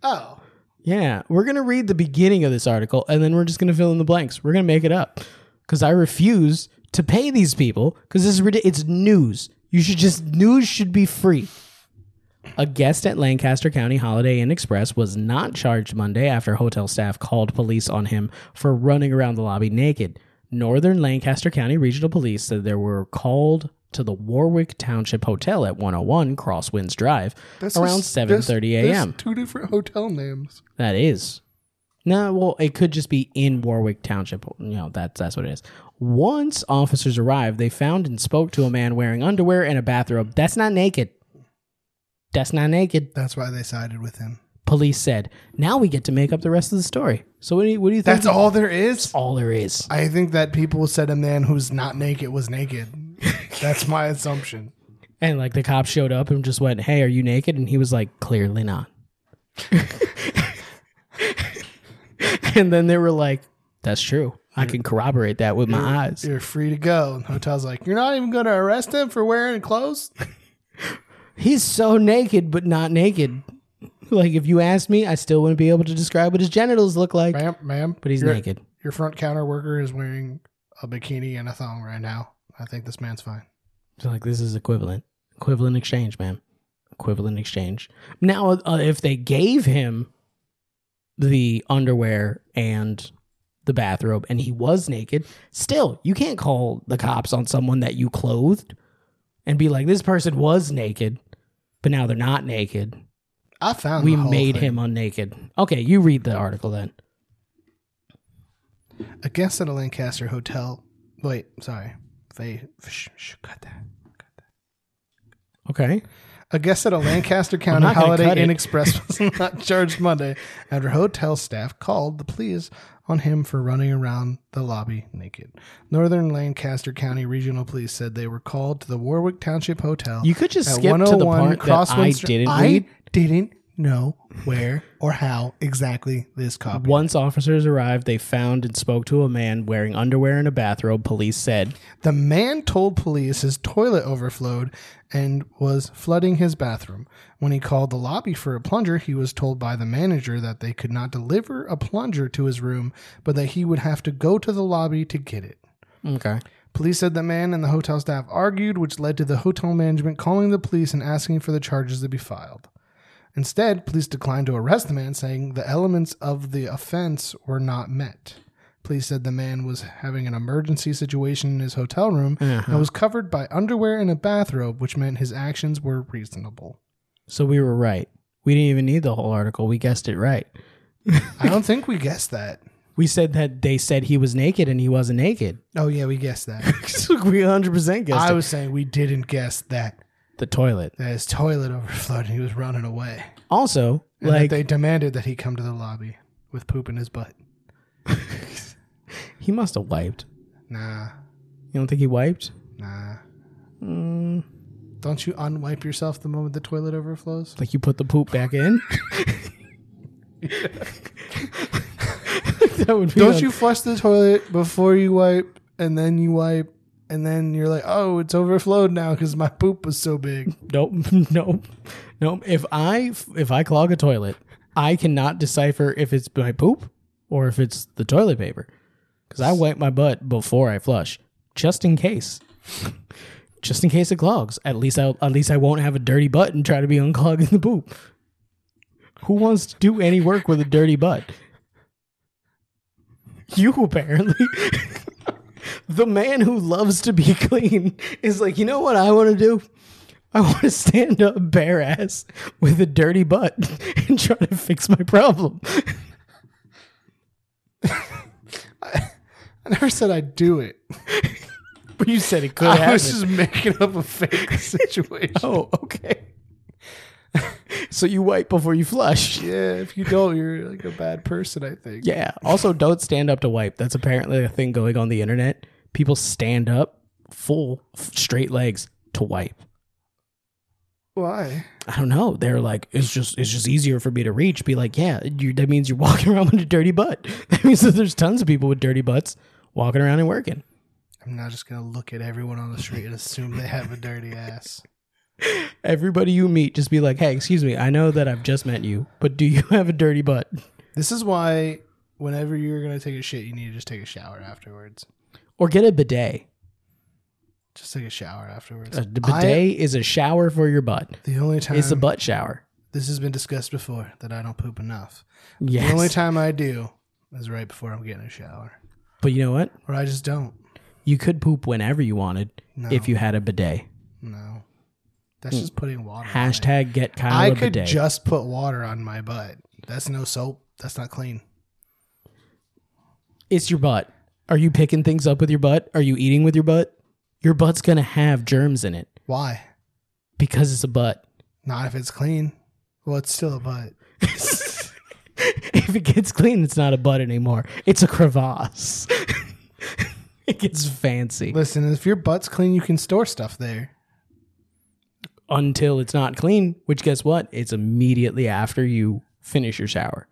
[SPEAKER 1] Oh.
[SPEAKER 3] Yeah, we're going to read the beginning of this article and then we're just going to fill in the blanks. We're going to make it up cuz I refuse to pay these people cuz this is ridic- it's news. You should just news should be free. A guest at Lancaster County Holiday Inn Express was not charged Monday after hotel staff called police on him for running around the lobby naked. Northern Lancaster County Regional Police said they were called to the Warwick Township Hotel at 101 Crosswinds Drive
[SPEAKER 1] This
[SPEAKER 3] around
[SPEAKER 1] is-
[SPEAKER 3] 7:30
[SPEAKER 1] there's-
[SPEAKER 3] a.m.
[SPEAKER 1] there's Two different hotel names.
[SPEAKER 3] That is. No, well, it could just be in Warwick Township. You know, that's that's what it is. Once officers arrived, they found and spoke to a man wearing underwear and a bathrobe. That's not naked. That's not naked.
[SPEAKER 1] That's why they sided with him.
[SPEAKER 3] Police said. Now we get to make up the rest of the story. So what do you, what do you think?
[SPEAKER 1] That's all there is.
[SPEAKER 3] all there is.
[SPEAKER 1] I think that people said a man who's not naked was naked. That's my assumption.
[SPEAKER 3] And like the cop showed up and just went, "Hey, are you naked?" And he was like, "Clearly not." and then they were like, "That's true. I can corroborate that with my eyes."
[SPEAKER 1] You're free to go. And the hotel's like, you're not even going to arrest him for wearing clothes?
[SPEAKER 3] He's so naked, but not naked. Like if you asked me, I still wouldn't be able to describe what his genitals look like.
[SPEAKER 1] ma'am, ma'am.
[SPEAKER 3] But he's
[SPEAKER 1] your-
[SPEAKER 3] naked.
[SPEAKER 1] Your front counter worker is wearing a bikini and a thong right now. I think this man's fine.
[SPEAKER 3] So like this is equivalent, equivalent exchange, man, equivalent exchange. Now, uh, if they gave him the underwear and the bathrobe, and he was naked, still you can't call the cops on someone that you clothed and be like, this person was naked, but now they're not naked.
[SPEAKER 1] I found
[SPEAKER 3] We
[SPEAKER 1] the whole
[SPEAKER 3] made
[SPEAKER 1] thing.
[SPEAKER 3] him unnaked. Okay, you read the article then.
[SPEAKER 1] a guest at a Lancaster hotel. Wait, sorry. They shh, shh, cut that.
[SPEAKER 3] Okay,
[SPEAKER 1] A guest at a Lancaster County
[SPEAKER 3] not gonna
[SPEAKER 1] Holiday
[SPEAKER 3] cut
[SPEAKER 1] Inn
[SPEAKER 3] it.
[SPEAKER 1] Express was not charged Monday after hotel staff called the police on him for running around the lobby naked. Northern Lancaster County Regional Police said they were called to the Warwick Township Hotel.
[SPEAKER 3] You could just
[SPEAKER 1] at
[SPEAKER 3] skip to the
[SPEAKER 1] 101
[SPEAKER 3] part that I
[SPEAKER 1] Str-
[SPEAKER 3] didn't
[SPEAKER 1] I
[SPEAKER 3] read.
[SPEAKER 1] didn't know where or how exactly this cop.
[SPEAKER 3] Once officers arrived, they found and spoke to a man wearing underwear and a bathrobe. Police said,
[SPEAKER 1] The man told police his toilet overflowed and was flooding his bathroom. When he called the lobby for a plunger, he was told by the manager that they could not deliver a plunger to his room, but that he would have to go to the lobby to get it.
[SPEAKER 3] "Okay,
[SPEAKER 1] Police said the man and the hotel staff argued, which led to the hotel management calling the police and asking for the charges to be filed. Instead, police declined to arrest the man, saying the elements of the offense were not met. Police said the man was having an emergency situation in his hotel room and was covered by underwear and a bathrobe, which meant his actions were reasonable.
[SPEAKER 3] So we were right. We didn't even need the whole article. We guessed it right.
[SPEAKER 1] I don't think we guessed that.
[SPEAKER 3] We said that they said he was naked and he wasn't naked.
[SPEAKER 1] Oh, yeah, we guessed that.
[SPEAKER 3] So we 100% guessed
[SPEAKER 1] I
[SPEAKER 3] it.
[SPEAKER 1] was saying we didn't guess that,
[SPEAKER 3] the toilet.
[SPEAKER 1] that his toilet overflowed and he was running away.
[SPEAKER 3] Also,
[SPEAKER 1] And
[SPEAKER 3] like,
[SPEAKER 1] that they demanded that he come to the lobby with poop in his butt.
[SPEAKER 3] he must have wiped.
[SPEAKER 1] Nah,
[SPEAKER 3] You don't think he wiped?
[SPEAKER 1] nah.
[SPEAKER 3] Mm.
[SPEAKER 1] Don't you unwipe yourself the moment the toilet overflows?
[SPEAKER 3] Like, you put the poop back in? that would be
[SPEAKER 1] Don't
[SPEAKER 3] un-
[SPEAKER 1] you flush the toilet before you wipe, and then you wipe, and then you're like, oh, it's overflowed now because my poop was so big.
[SPEAKER 3] Nope, nope, nope. If I if I clog a toilet, I cannot decipher if it's my poop or if it's the toilet paper because I wipe my butt before I flush, just in case, just in case it clogs. At least I at least I won't have a dirty butt and try to be unclogging the poop. Who wants to do any work with a dirty butt? You apparently. the man who loves to be clean is like, you know what I want to do? I want to stand up bare ass with a dirty butt and try to fix my problem.
[SPEAKER 1] I never said I'd do it.
[SPEAKER 3] But you said it could
[SPEAKER 1] I
[SPEAKER 3] happen.
[SPEAKER 1] was just making up a fake situation.
[SPEAKER 3] oh, okay. so you wipe before you flush.
[SPEAKER 1] Yeah, if you don't, you're like a bad person, I think.
[SPEAKER 3] Yeah. Also, don't stand up to wipe. That's apparently a thing going on the internet. People stand up full f- straight legs to wipe.
[SPEAKER 1] Why?
[SPEAKER 3] I don't know. They're like, it's just it's just easier for me to reach. Be like, yeah, you, that means you're walking around with a dirty butt. That means that there's tons of people with dirty butts walking around and working.
[SPEAKER 1] I'm not just going to look at everyone on the street and assume they have a dirty ass.
[SPEAKER 3] Everybody you meet, just be like, hey, excuse me, I know that I've just met you, but do you have a dirty butt?
[SPEAKER 1] This is why whenever you're gonna take a shit, you need to just take a shower afterwards.
[SPEAKER 3] Or get a bidet.
[SPEAKER 1] Just take a shower afterwards.
[SPEAKER 3] A d- bidet is a shower for your butt.
[SPEAKER 1] the only time
[SPEAKER 3] It's a butt shower.
[SPEAKER 1] this has been discussed before that I don't poop enough.
[SPEAKER 3] Yes.
[SPEAKER 1] The only time I do is right before I'm getting a shower,
[SPEAKER 3] but you know what?
[SPEAKER 1] or I just don't.
[SPEAKER 3] You could poop whenever you wanted if you had a bidet.
[SPEAKER 1] No, that's just putting water. on it.
[SPEAKER 3] Hmm. Hashtag get Kyle
[SPEAKER 1] I
[SPEAKER 3] a
[SPEAKER 1] could
[SPEAKER 3] bidet.
[SPEAKER 1] just put water on my butt. That's no soap. That's not clean.
[SPEAKER 3] it's your butt. Are you picking things up with your butt? Are you eating with your butt? Your butt's going to have germs in it
[SPEAKER 1] Why?
[SPEAKER 3] because it's a butt.
[SPEAKER 1] Not if it's clean. Well, it's still a butt.
[SPEAKER 3] if it gets clean, it's not a butt anymore. It's a crevasse. it gets fancy.
[SPEAKER 1] Listen, if your butt's clean, you can store stuff there.
[SPEAKER 3] until it's not clean, which guess what? It's immediately after you finish your shower.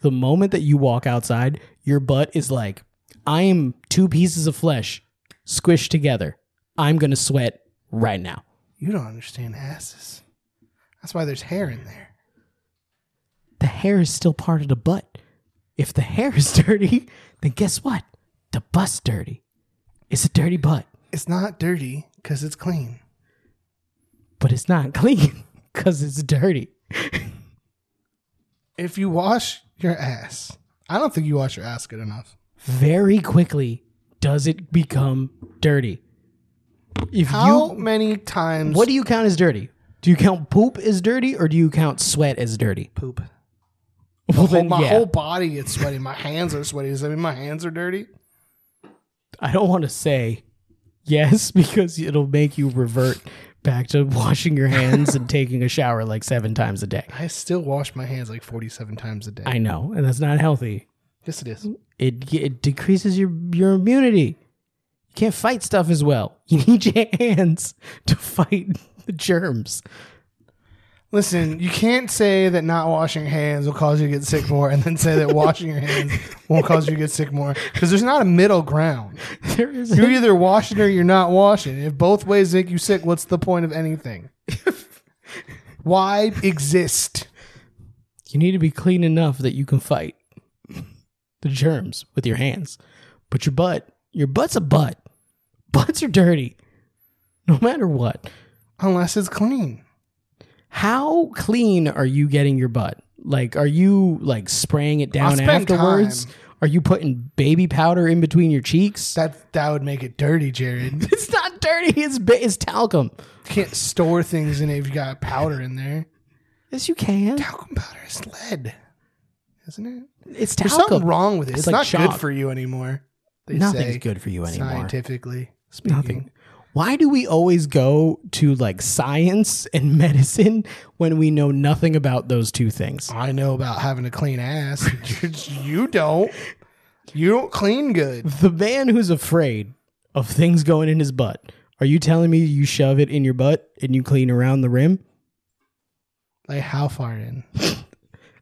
[SPEAKER 3] The moment that you walk outside, your butt is like, I am two pieces of flesh squished together. I'm going to sweat right now.
[SPEAKER 1] You don't understand asses. That's why there's hair in there.
[SPEAKER 3] The hair is still part of the butt. If the hair is dirty, then guess what? The butt's dirty. It's a dirty butt,
[SPEAKER 1] It's not dirty because it's clean.
[SPEAKER 3] but it's not clean because it's dirty.
[SPEAKER 1] If you wash your ass, I don't think you wash your ass good enough.
[SPEAKER 3] very quickly does it become dirty. If
[SPEAKER 1] How
[SPEAKER 3] you
[SPEAKER 1] many times?
[SPEAKER 3] what do you count as dirty? Do you count poop as dirty or do you count sweat as dirty?
[SPEAKER 1] poop?
[SPEAKER 3] Well,
[SPEAKER 1] Whole-
[SPEAKER 3] then,
[SPEAKER 1] my
[SPEAKER 3] yeah.
[SPEAKER 1] whole body gets sweaty. My hands are sweaty. Does that mean my hands are dirty?
[SPEAKER 3] I don't want to say yes because it'll make you revert back to washing your hands and taking a shower like seven times a day.
[SPEAKER 1] I still wash my hands like 47 times a day.
[SPEAKER 3] I know, and that's not healthy.
[SPEAKER 1] yes, it is.
[SPEAKER 3] It it decreases your your immunity. You can't fight stuff as well. You need your hands to fight the germs.
[SPEAKER 1] Listen, you can't say that not washing your hands will cause you to get sick more and then say that washing your hands won't cause you to get sick more because there's not a middle ground.
[SPEAKER 3] There is
[SPEAKER 1] You're either washing or you're not washing. If both ways make you sick, what's the point of anything? Why exist?
[SPEAKER 3] You need to be clean enough that you can fight the germs with your hands. But your butt, your butt's a butt. Butts are dirty, no matter what.
[SPEAKER 1] Unless it's clean.
[SPEAKER 3] How clean are you getting your butt? Like, are you like spraying it down
[SPEAKER 1] spend
[SPEAKER 3] afterwards?
[SPEAKER 1] time.
[SPEAKER 3] Are you putting baby powder in between your cheeks?
[SPEAKER 1] That that would make it dirty, Jared.
[SPEAKER 3] it's not dirty. It's ba- it's talcum.
[SPEAKER 1] You can't store things in it if you got powder in there.
[SPEAKER 3] Yes, you can.
[SPEAKER 1] Talcum powder is lead, isn't it?
[SPEAKER 3] It's
[SPEAKER 1] There's
[SPEAKER 3] talcum.
[SPEAKER 1] something wrong with it. It's,
[SPEAKER 3] like
[SPEAKER 1] not
[SPEAKER 3] chalk.
[SPEAKER 1] good for you anymore. They
[SPEAKER 3] Nothing's
[SPEAKER 1] say,
[SPEAKER 3] good for you anymore.
[SPEAKER 1] Scientifically speaking.
[SPEAKER 3] Nothing. Why do we always go to like science and medicine when we know nothing about those two things?
[SPEAKER 1] I know about having a clean ass. you don't. You don't clean good.
[SPEAKER 3] The man who's afraid of things going in his butt. Are you telling me you shove it in your butt and you clean around the rim?
[SPEAKER 1] Like how far in?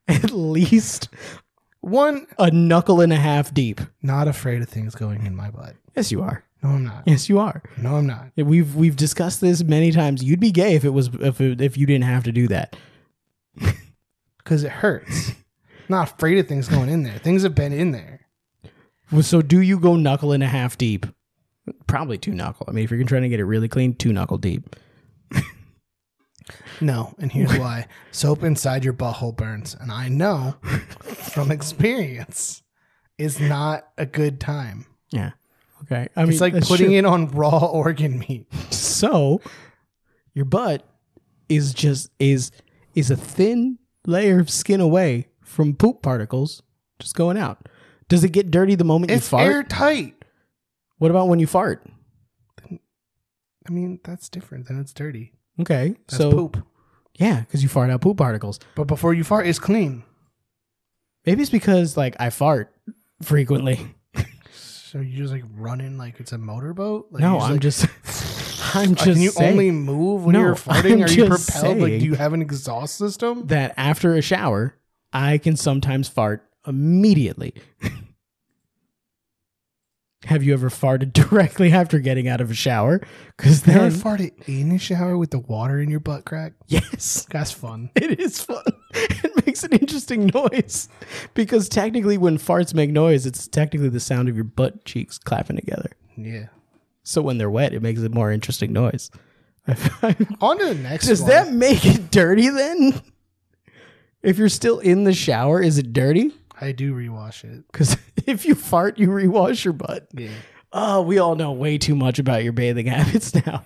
[SPEAKER 3] At least
[SPEAKER 1] One,
[SPEAKER 3] a knuckle and a half deep.
[SPEAKER 1] not afraid of things going in my butt.
[SPEAKER 3] Yes, you are.
[SPEAKER 1] No, I'm not.
[SPEAKER 3] Yes, you are.
[SPEAKER 1] No, I'm not.
[SPEAKER 3] We've we've discussed this many times. You'd be gay if it was if it, if you didn't have to do that.
[SPEAKER 1] Because it hurts. not afraid of things going in there. Things have been in there.
[SPEAKER 3] Well, So do you go knuckle and a half deep? Probably two knuckle. I mean, if you're trying to get it really clean, two knuckle deep.
[SPEAKER 1] No, and here's why: soap inside your butthole burns, and I know from experience, it's not a good time.
[SPEAKER 3] Yeah. Okay. I
[SPEAKER 1] It's like putting it on raw organ meat.
[SPEAKER 3] it so your butt is just is is a thin layer of skin away from poop particles just going out. Does it get dirty the moment
[SPEAKER 1] It's
[SPEAKER 3] you fart?
[SPEAKER 1] airtight.
[SPEAKER 3] What about when you fart?
[SPEAKER 1] I mean, that's different. Then it's dirty.
[SPEAKER 3] Okay.
[SPEAKER 1] That's
[SPEAKER 3] so
[SPEAKER 1] poop.
[SPEAKER 3] yeah, because you fart out poop particles.
[SPEAKER 1] But before you fart, it's clean.
[SPEAKER 3] Maybe it's because like I fart frequently.
[SPEAKER 1] So you just like running like it's a motorboat. Like
[SPEAKER 3] No,
[SPEAKER 1] you
[SPEAKER 3] I'm
[SPEAKER 1] like-
[SPEAKER 3] just. I'm just.
[SPEAKER 1] Can you
[SPEAKER 3] saying.
[SPEAKER 1] only move when
[SPEAKER 3] No,
[SPEAKER 1] you're
[SPEAKER 3] I'm
[SPEAKER 1] farting? Are you propelled?
[SPEAKER 3] just
[SPEAKER 1] Like,
[SPEAKER 3] saying.
[SPEAKER 1] do you have an exhaust system?
[SPEAKER 3] that after a shower, I can sometimes fart immediately. Have you ever farted directly after getting out of a shower? Because
[SPEAKER 1] You ever
[SPEAKER 3] then,
[SPEAKER 1] farted in the shower with the water in your butt crack?
[SPEAKER 3] yes,
[SPEAKER 1] That's fun.
[SPEAKER 3] it is fun. it makes an interesting noise because technically, when farts make noise, it's technically the sound of your butt cheeks clapping together.
[SPEAKER 1] Yeah.
[SPEAKER 3] So when they're wet, it makes a more interesting noise.
[SPEAKER 1] On to the next
[SPEAKER 3] Does
[SPEAKER 1] one.
[SPEAKER 3] that make it dirty then? If you're still in the shower, is it dirty?
[SPEAKER 1] I do rewash it.
[SPEAKER 3] Because if you fart, you rewash your butt.
[SPEAKER 1] Yeah.
[SPEAKER 3] Oh, we all know way too much about your bathing habits now.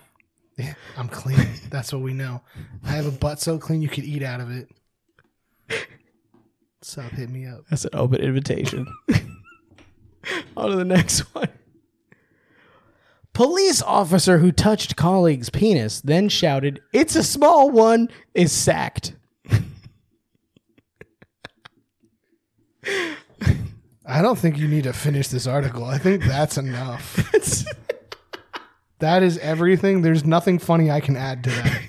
[SPEAKER 1] Yeah. I'm clean. That's what we know. I have a butt so clean you could eat out of it. Stop, hit me up.
[SPEAKER 3] That's an open invitation. on to the next one. Police officer who touched colleague's penis then shouted, It's a small one, is sacked.
[SPEAKER 1] I don't think you need to finish this article. I think that's enough. That is everything. There's nothing funny I can add to that.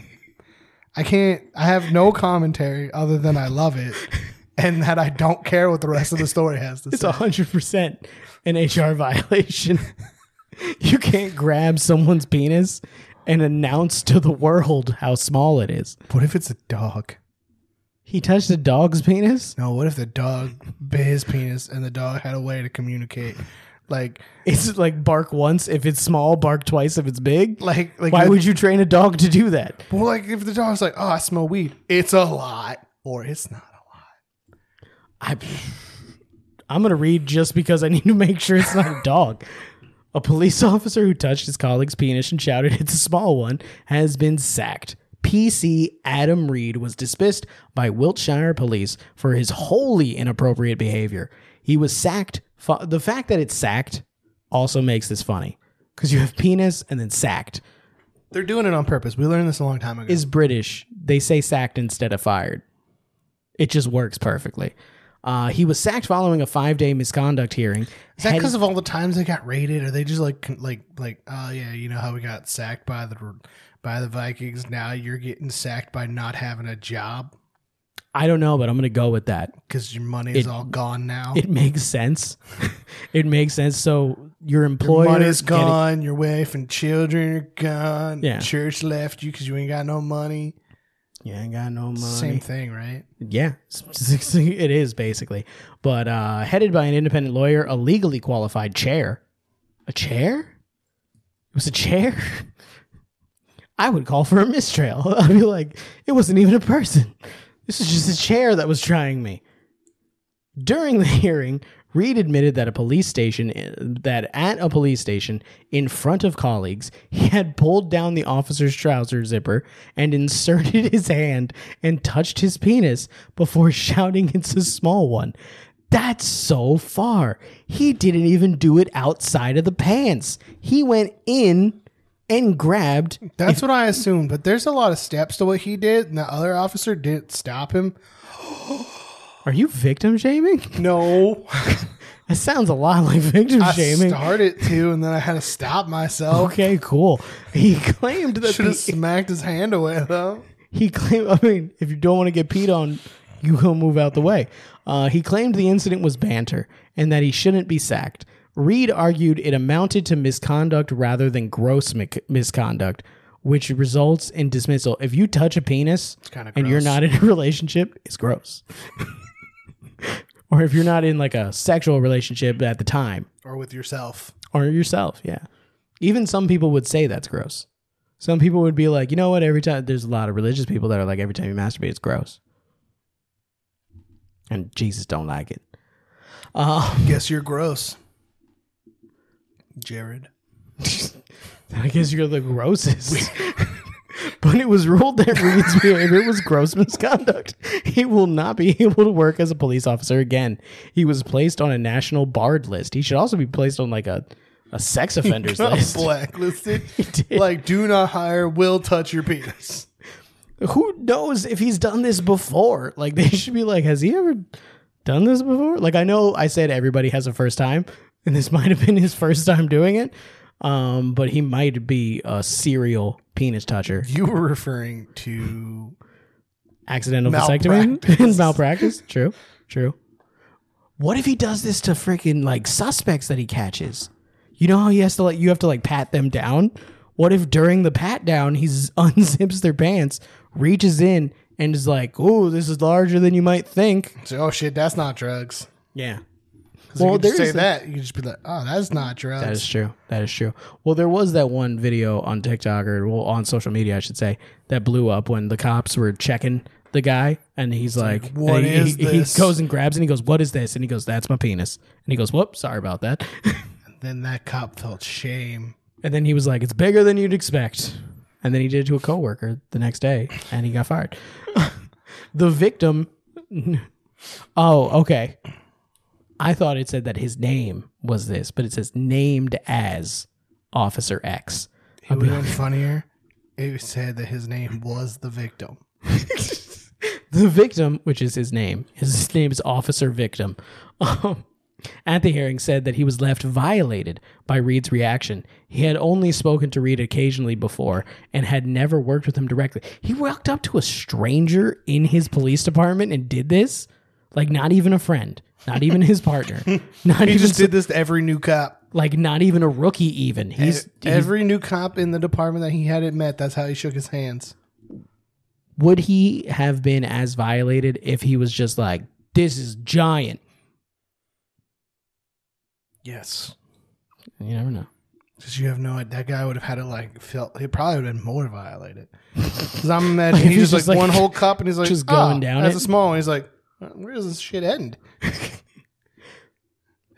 [SPEAKER 1] I can't. I have no commentary other than I love it, and that I don't care what the rest of the story has to
[SPEAKER 3] It's
[SPEAKER 1] say.
[SPEAKER 3] a hundred percent an HR violation. you can't grab someone's penis and announce to the world how small it is.
[SPEAKER 1] What if it's a dog?
[SPEAKER 3] He touched a dog's penis.
[SPEAKER 1] No, what if the dog bit his penis and the dog had a way to communicate? Like,
[SPEAKER 3] It's like bark once if it's small, bark twice if it's big.
[SPEAKER 1] like, like.
[SPEAKER 3] Why
[SPEAKER 1] the-
[SPEAKER 3] would you train a dog to do that?
[SPEAKER 1] Well, like if the dog's like, "Oh, I smell weed," it's a lot, or it's not a lot.
[SPEAKER 3] I, I'm gonna read just because I need to make sure it's not a dog. A police officer who touched his colleague's penis and shouted, It's a small one, has been sacked. PC Adam Reed was dismissed by Wiltshire police for his wholly inappropriate behavior. He was sacked. Fu- the fact that it's sacked also makes this funny because you have penis and then sacked.
[SPEAKER 1] They're doing it on purpose. We learned this a long time ago.
[SPEAKER 3] is British. They say sacked instead of fired. It just works perfectly. Uh, he was sacked following a five day misconduct hearing.
[SPEAKER 1] Is that
[SPEAKER 3] Had-
[SPEAKER 1] because of all the times they got raided? Are they just like con- like like oh yeah, you know how we got sacked by the by the Vikings? Now you're getting sacked by not having a job
[SPEAKER 3] I don't know, but I'm going to go with that.
[SPEAKER 1] because your money is
[SPEAKER 3] It-
[SPEAKER 1] all gone now.
[SPEAKER 3] It makes sense. it makes sense. So your
[SPEAKER 1] Your
[SPEAKER 3] employer
[SPEAKER 1] money's
[SPEAKER 3] getting-
[SPEAKER 1] gone. your wife and children are gone.
[SPEAKER 3] Yeah.
[SPEAKER 1] Church left you because you ain't got no money.
[SPEAKER 3] you ain't got no money.
[SPEAKER 1] Same thing, right?
[SPEAKER 3] Yeah, it is basically. But uh, headed by an independent lawyer, a legally qualified chair. A chair? It was a chair? I would call for a mistrial. I'd be like, it wasn't even a person. This is just a chair that was trying me. During the hearing, Reed admitted that a police station that at a police station in front of colleagues, he had pulled down the officer's trouser zipper and inserted his hand and touched his penis before shouting it's a small one. That's so far. He didn't even do it outside of the pants. He went in and grabbed
[SPEAKER 1] That's what I assumed. But there's a lot of steps to what he did, and the other officer didn't stop him.
[SPEAKER 3] Are you victim shaming?
[SPEAKER 1] No,
[SPEAKER 3] That sounds a lot like victim
[SPEAKER 1] I
[SPEAKER 3] shaming.
[SPEAKER 1] started to, and then I had to stop myself.
[SPEAKER 3] Okay, cool. He claimed that
[SPEAKER 1] Should have
[SPEAKER 3] the,
[SPEAKER 1] smacked his hand away though.
[SPEAKER 3] he claimed. I mean, if you don't want to get peed on, you go move out the way. Uh, he claimed the incident was banter and that he shouldn't be sacked. Reed argued it amounted to misconduct rather than gross mic- misconduct, which results in dismissal. If you touch a penis
[SPEAKER 1] kinda
[SPEAKER 3] and you're
[SPEAKER 1] gross.
[SPEAKER 3] not in a relationship, it's gross. or if you're not in like a sexual relationship at the time,
[SPEAKER 1] or with yourself.
[SPEAKER 3] or yourself. Yeah. Even some people would say that's gross. Some people would be like, you know what? Every time there's a lot of religious people that are like, every time you masturbate, it's gross. And Jesus don't like it. Um,
[SPEAKER 1] Guess you're gross, Jared.
[SPEAKER 3] I guess you're the grossest. but it was ruled that Reed's behavior was gross misconduct. He will not be able to work as a police officer again. He was placed on a national barred list. He should also be placed on like a, a sex offenders list.
[SPEAKER 1] Blacklisted.
[SPEAKER 3] did.
[SPEAKER 1] like, do not hire. Will touch your penis.
[SPEAKER 3] who knows if he's done this before? Like they should be like, has he ever done this before? Like I know I said everybody has a first time, and this might have been his first time doing it. Um, but he might be a serial penis toucher,
[SPEAKER 1] You were referring to
[SPEAKER 3] accidental vasectomy,
[SPEAKER 1] Malpractice.
[SPEAKER 3] malpractice. True, true. What if he does this to freaking like suspects that he catches? You know how he has to like you have to like pat them down. What if during the pat down he z- unzips their pants, reaches in, and is like, "Oh, this is larger than you might think."
[SPEAKER 1] so, oh shit, that's not drugs.
[SPEAKER 3] Yeah,
[SPEAKER 1] 'Cause if
[SPEAKER 3] Well,
[SPEAKER 1] you just
[SPEAKER 3] there
[SPEAKER 1] say
[SPEAKER 3] is a-
[SPEAKER 1] that you could just be like, oh, that's not drugs.
[SPEAKER 3] that is true. That is true. Well, there was that one video on TikTok or well, on social media, I should say, that blew up when the cops were checking the guy, and he's like,
[SPEAKER 1] "What
[SPEAKER 3] and he,
[SPEAKER 1] is
[SPEAKER 3] he-
[SPEAKER 1] this?"
[SPEAKER 3] He goes and grabs, and he goes, "What is this?" And he goes, "That's my penis." And he goes, "Whoops, sorry about that."
[SPEAKER 1] then that cop felt shame.
[SPEAKER 3] And then he was like, "It's bigger than you'd expect." And then he did it to a coworker the next day, and he got fired. the victim. Oh, okay. I thought it said that his name was this, but it says named as Officer X.
[SPEAKER 1] It would have been funnier if it said that his name was the victim.
[SPEAKER 3] The victim, which is his name, his name is Officer Victim. Um, at the hearing said that he was left violated by Reed's reaction. He had only spoken to Reed occasionally before and had never worked with him directly. He walked up to a stranger in his police department and did this? Like, not even a friend, not even his partner, not
[SPEAKER 1] He
[SPEAKER 3] even
[SPEAKER 1] just did this to every new cop.
[SPEAKER 3] like not even a rookie. Even he's
[SPEAKER 1] Every new cop in the department that he hadn't met, that's how he shook his hands.
[SPEAKER 3] would he have been as violated if he was just like this is giant?
[SPEAKER 1] Yes.
[SPEAKER 3] You never know.
[SPEAKER 1] Because you have no idea. That guy would have had it like felt, he probably would have been more violated. Because I'm imagining
[SPEAKER 3] Like, if
[SPEAKER 1] he's
[SPEAKER 3] he's
[SPEAKER 1] just like,
[SPEAKER 3] just, like,
[SPEAKER 1] one whole cup and he's like,
[SPEAKER 3] just
[SPEAKER 1] "Ah,
[SPEAKER 3] going down
[SPEAKER 1] That's
[SPEAKER 3] it."
[SPEAKER 1] a small one. He's like, where does this shit end?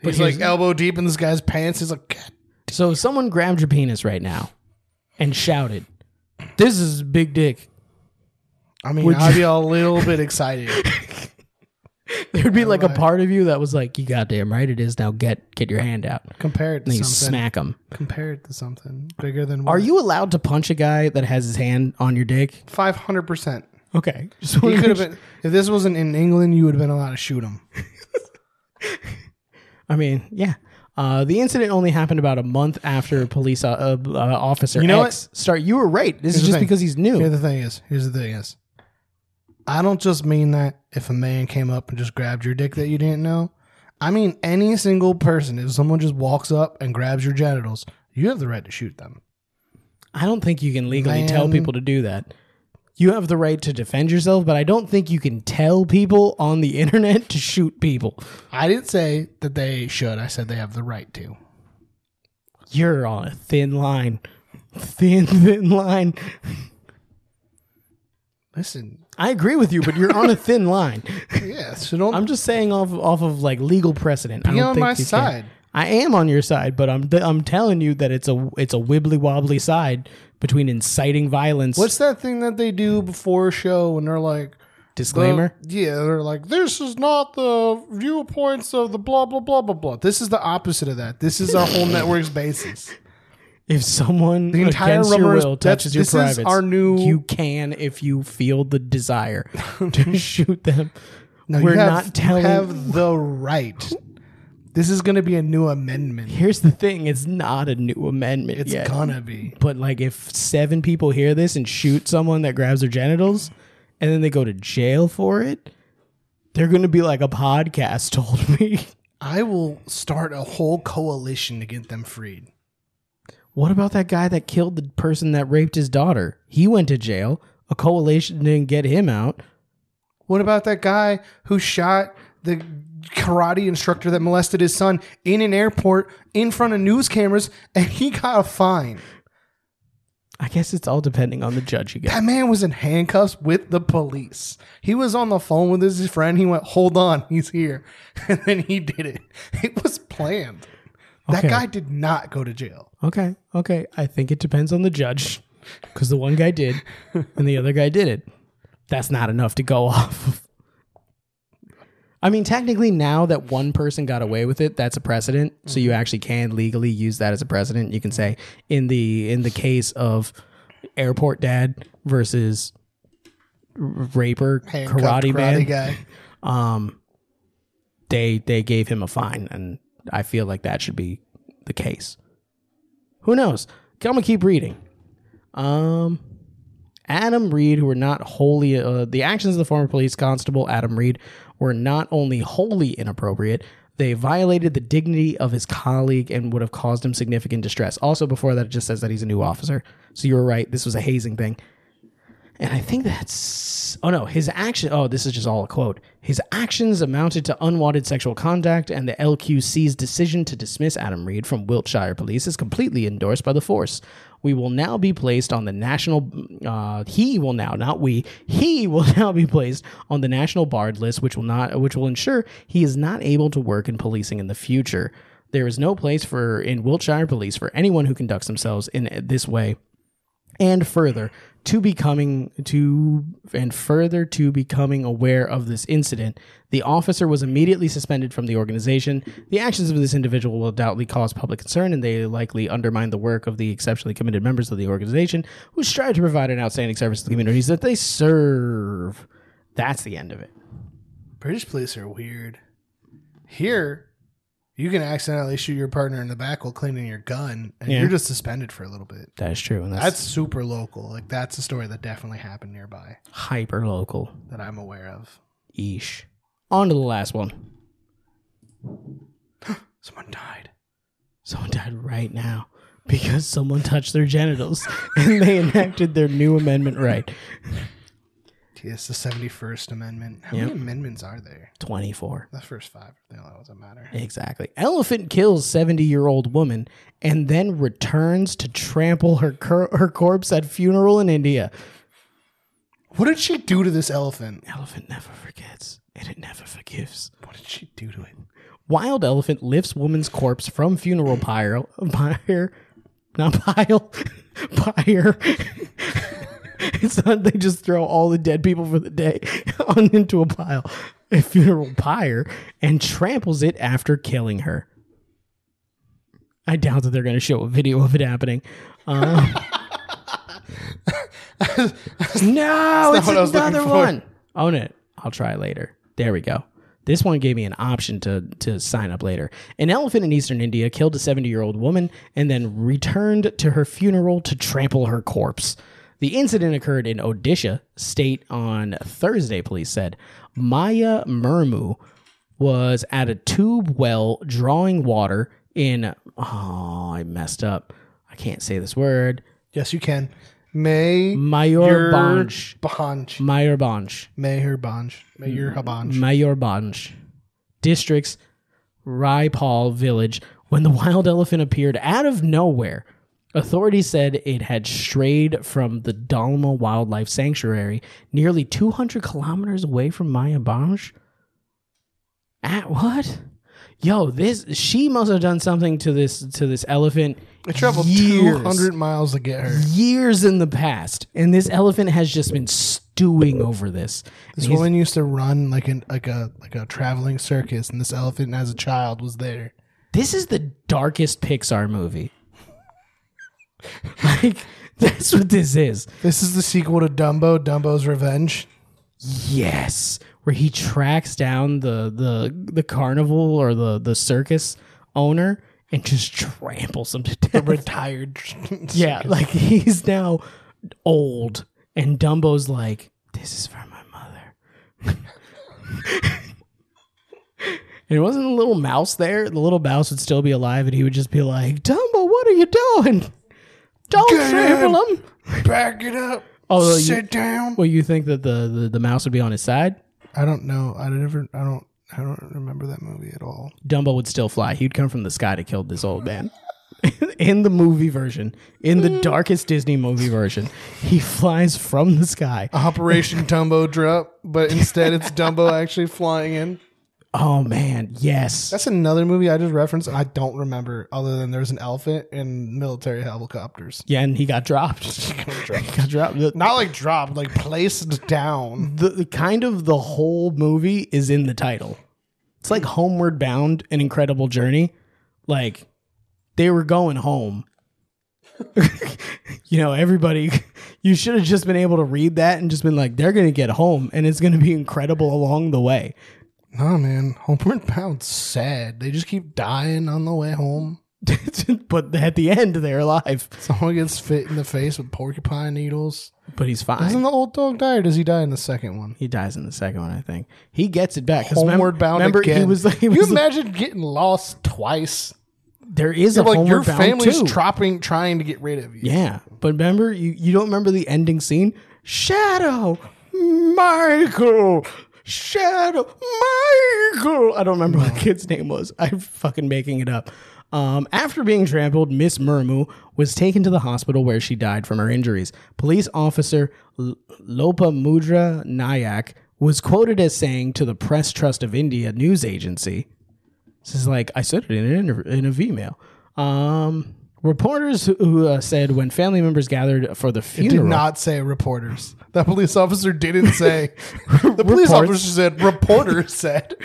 [SPEAKER 1] he's
[SPEAKER 3] here's-
[SPEAKER 1] like elbow deep in this guy's pants. He's like, God.
[SPEAKER 3] So if someone grabbed your penis right now and shouted, "This is big dick."
[SPEAKER 1] I mean,
[SPEAKER 3] Would
[SPEAKER 1] I'd
[SPEAKER 3] you-
[SPEAKER 1] be a little bit excited.
[SPEAKER 3] There'd be like a part of you that was like, "You goddamn right it is." Now get get your hand out.
[SPEAKER 1] Compare it to
[SPEAKER 3] And you
[SPEAKER 1] something.
[SPEAKER 3] smack him.
[SPEAKER 1] Compare it to something bigger than
[SPEAKER 3] Are you allowed to punch a guy that has his hand on your dick?
[SPEAKER 1] Five hundred percent.
[SPEAKER 3] Okay.
[SPEAKER 1] He could have been. If this wasn't in England, you would have been allowed to shoot him.
[SPEAKER 3] I mean, yeah. Uh, the incident only happened about a month after police uh, uh, officer
[SPEAKER 1] You know
[SPEAKER 3] X start. You were right. This is
[SPEAKER 1] the
[SPEAKER 3] just
[SPEAKER 1] thing.
[SPEAKER 3] because he's new.
[SPEAKER 1] Here the thing is. Here's the thing is. I don't just mean that if a man came up and just grabbed your dick that you didn't know. I mean any single person. If someone just walks up and grabs your genitals, you have the right to shoot them.
[SPEAKER 3] I don't think you can legally tell
[SPEAKER 1] Man.
[SPEAKER 3] people to do that. You have the right to defend yourself, but I don't think you can tell people on the internet to shoot people.
[SPEAKER 1] I didn't say that they should. I said they have the right to.
[SPEAKER 3] You're on a thin line. Thin, thin line.
[SPEAKER 1] Listen,
[SPEAKER 3] I agree with you, but you're on a thin line.
[SPEAKER 1] yeah. So don't.
[SPEAKER 3] I'm just saying off off of like legal precedent. I
[SPEAKER 1] Be
[SPEAKER 3] don't
[SPEAKER 1] on
[SPEAKER 3] think
[SPEAKER 1] my
[SPEAKER 3] you can.
[SPEAKER 1] side.
[SPEAKER 3] I am on your side, but I'm I'm telling you that it's a it's a wibbly wobbly side between inciting violence.
[SPEAKER 1] what's that thing that they do before a show when they're like,
[SPEAKER 3] disclaimer?
[SPEAKER 1] The- yeah, they're like, this is not the viewpoints of the blah blah blah blah blah. This is the opposite of that. This is our whole network's basis.
[SPEAKER 3] if someone
[SPEAKER 1] The entire
[SPEAKER 3] against your
[SPEAKER 1] rubber is-
[SPEAKER 3] will
[SPEAKER 1] that's-
[SPEAKER 3] touches your
[SPEAKER 1] this is
[SPEAKER 3] privates,
[SPEAKER 1] our new-
[SPEAKER 3] you can if you feel the desire to shoot them.
[SPEAKER 1] No,
[SPEAKER 3] We're
[SPEAKER 1] you have,
[SPEAKER 3] not telling.
[SPEAKER 1] You have the right. This is going to be a new amendment.
[SPEAKER 3] Here's the thing: it's not a new amendment
[SPEAKER 1] It's
[SPEAKER 3] yet.
[SPEAKER 1] gonna be.
[SPEAKER 3] But like, if seven people hear this and shoot someone that grabs their genitals, and then they go to jail for it, they're going to be like a podcast told me.
[SPEAKER 1] I will start a whole coalition to get them freed.
[SPEAKER 3] What about that guy that killed the person that raped his daughter? He went to jail. A coalition didn't get him out.
[SPEAKER 1] What about that guy who shot the karate instructor that molested his son in an airport in front of news cameras and he got a fine?
[SPEAKER 3] I guess it's all depending on the judge you get.
[SPEAKER 1] That man was in handcuffs with the police. He was on the phone with his friend. He went, Hold on, he's here. And then he did it. It was planned.
[SPEAKER 3] Okay.
[SPEAKER 1] That guy did not go to jail.
[SPEAKER 3] Okay, okay. I think it depends on the judge because the one guy did and the other guy did it. That's not enough to go off. of. I mean, technically, now that one person got away with it, that's a precedent. So you actually can legally use that as a precedent. You can say in the in the case of airport dad versus r- raper
[SPEAKER 1] Handcuffed
[SPEAKER 3] karate, man,
[SPEAKER 1] guy.
[SPEAKER 3] um, they they gave him a fine, and I feel like that should be the case. Who knows? I'm gonna keep reading. Um, Adam Reed, who were not wholly uh, the actions of the former police constable Adam Reed were not only wholly inappropriate. They violated the dignity of his colleague and would have caused him significant distress. Also, before that, it just says that he's a new officer. So you were right. This was a hazing thing. And I think that's oh no, his action oh, this is just all a quote. His actions amounted to unwanted sexual contact, and the LQC's decision to dismiss Adam Reed from Wiltshire Police is completely endorsed by the force. We will now be placed on the national uh, he will now, not we, he will now be placed on the national barred list, which will not which will ensure he is not able to work in policing in the future. There is no place for in Wiltshire police for anyone who conducts themselves in this way and further to becoming to and further to becoming aware of this incident the officer was immediately suspended from the organization the actions of this individual will doubtly cause public concern and they likely undermine the work of the exceptionally committed members of the organization who strive to provide an outstanding service to the communities that they serve that's the end of it
[SPEAKER 1] British police are weird. Here, You can accidentally shoot your partner in the back while cleaning your gun, and
[SPEAKER 3] Yeah.
[SPEAKER 1] you're just suspended for a little bit.
[SPEAKER 3] That is true. And that's,
[SPEAKER 1] That's super local. Like that's a story that definitely happened nearby
[SPEAKER 3] hyper local.
[SPEAKER 1] that I'm aware of.
[SPEAKER 3] Eesh. On to the last one.
[SPEAKER 1] Someone died.
[SPEAKER 3] Someone died right now because someone touched their genitals and they enacted their new amendment right.
[SPEAKER 1] Gee, It's the 71st Amendment. How
[SPEAKER 3] Yep.
[SPEAKER 1] many amendments are there?
[SPEAKER 3] 24.
[SPEAKER 1] The first five are the only ones that matter.
[SPEAKER 3] Exactly. Elephant kills 70 year old woman and then returns to trample her, cor- her corpse at funeral in India.
[SPEAKER 1] What did she do to this elephant?
[SPEAKER 3] Elephant never forgets and it never forgives.
[SPEAKER 1] What did she do to it?
[SPEAKER 3] Wild elephant lifts woman's corpse from funeral pyre, pyre, not pile, pyre. it's not, they just throw all the dead people for the day on into a pile, a funeral pyre, and tramples it after killing her. I doubt that they're going to show a video of it happening. Um, no, it's
[SPEAKER 1] what I was looking
[SPEAKER 3] another
[SPEAKER 1] for.
[SPEAKER 3] one. Own it. I'll try later. There we go. This one gave me an option to, to sign up later. An elephant in eastern India killed a 70 year old woman and then returned to her funeral to trample her corpse. The incident occurred in Odisha state on Thursday, police said. Maya Murmu was at a tube well drawing water in. Oh, I messed up. I can't say this word.
[SPEAKER 1] Yes, you can. May
[SPEAKER 3] Mayor Banj.
[SPEAKER 1] Bonch.
[SPEAKER 3] Mayor Banj.
[SPEAKER 1] Mayor Bonch. Mayor Habanch.
[SPEAKER 3] Mayor Banj. District's Raipal village when the wild elephant appeared out of nowhere. Authorities said it had strayed from the Dalma Wildlife Sanctuary nearly 200 kilometers away from Maya Banj. At what? Yo, this she must have done something to this to this elephant.
[SPEAKER 1] It traveled
[SPEAKER 3] years-
[SPEAKER 1] 200 miles to get her.
[SPEAKER 3] years in the past, and this elephant has just been stewing over this.
[SPEAKER 1] This woman used to run like an like a like a traveling circus, and this elephant as a child was there.
[SPEAKER 3] this is the darkest Pixar movie. like that's what this is.
[SPEAKER 1] This is the sequel to Dumbo, Dumbo's Revenge.
[SPEAKER 3] Yes, where he tracks down the the the carnival or the the circus owner and just tramples him to death.
[SPEAKER 1] Retired.
[SPEAKER 3] yeah, like he's now old, and Dumbo's like, "This is for my mother." and it wasn't a little mouse there. The little mouse would still be alive, and he would just be like, "Dumbo, what are you doing? Don't
[SPEAKER 1] Get
[SPEAKER 3] trample him."
[SPEAKER 1] Back it up.
[SPEAKER 3] Although you-
[SPEAKER 1] Sit down.
[SPEAKER 3] Well, you think that the, the the mouse would be on his side?
[SPEAKER 1] I don't know. I never. I don't. I don't remember that movie at all.
[SPEAKER 3] Dumbo would still fly. He'd come from the sky to kill this old man. in the movie version, in the darkest Disney movie version, he flies from the sky.
[SPEAKER 1] Operation Dumbo Drop, but instead it's Dumbo actually flying in.
[SPEAKER 3] Oh man, yes.
[SPEAKER 1] That's another movie I just referenced. I don't remember other than there's an elephant and military helicopters.
[SPEAKER 3] Yeah, and he got dropped. got dropped. The,
[SPEAKER 1] Not like dropped, like placed down.
[SPEAKER 3] the, the kind of the whole movie is in the title. It's like Homeward Bound, an incredible journey. Like they were going home. you know, everybody. You should have just been able to read that and just been like, "They're gonna get home, and it's gonna be incredible along the way."
[SPEAKER 1] Nah, man. Homeward Bound's sad. They just keep dying on the way home.
[SPEAKER 3] but at the end, they're alive.
[SPEAKER 1] Someone gets fit in the face with porcupine needles.
[SPEAKER 3] But he's fine.
[SPEAKER 1] Doesn't the old dog die, or does he die in the second one?
[SPEAKER 3] he dies in the second one, I think. He gets it back. 'cause remem-
[SPEAKER 1] Homeward Bound
[SPEAKER 3] remember,
[SPEAKER 1] again.
[SPEAKER 3] He was like, he
[SPEAKER 1] Can you
[SPEAKER 3] was like,
[SPEAKER 1] imagine getting lost twice?
[SPEAKER 3] there is a
[SPEAKER 1] Like
[SPEAKER 3] homeward
[SPEAKER 1] your
[SPEAKER 3] bound
[SPEAKER 1] family's
[SPEAKER 3] too.
[SPEAKER 1] tropping, trying to get rid of you.
[SPEAKER 3] Yeah, but remember, you, you don't remember the ending scene? Shadow, Michael, Shadow, Michael. I don't remember what the kid's name was. I'm fucking making it up. Um, after being trampled, Miss Murmu was taken to the hospital where she died from her injuries. Police officer L- Lopamudra Nayak was quoted as saying to the Press Trust of India news agency, this is like I said it in an interv- in a V-mail. Um, reporters who, who uh, said when family members gathered for the
[SPEAKER 1] Did
[SPEAKER 3] funeral,
[SPEAKER 1] not say reporters. That police officer didn't say. the police
[SPEAKER 3] Reports.
[SPEAKER 1] officer said reporters said.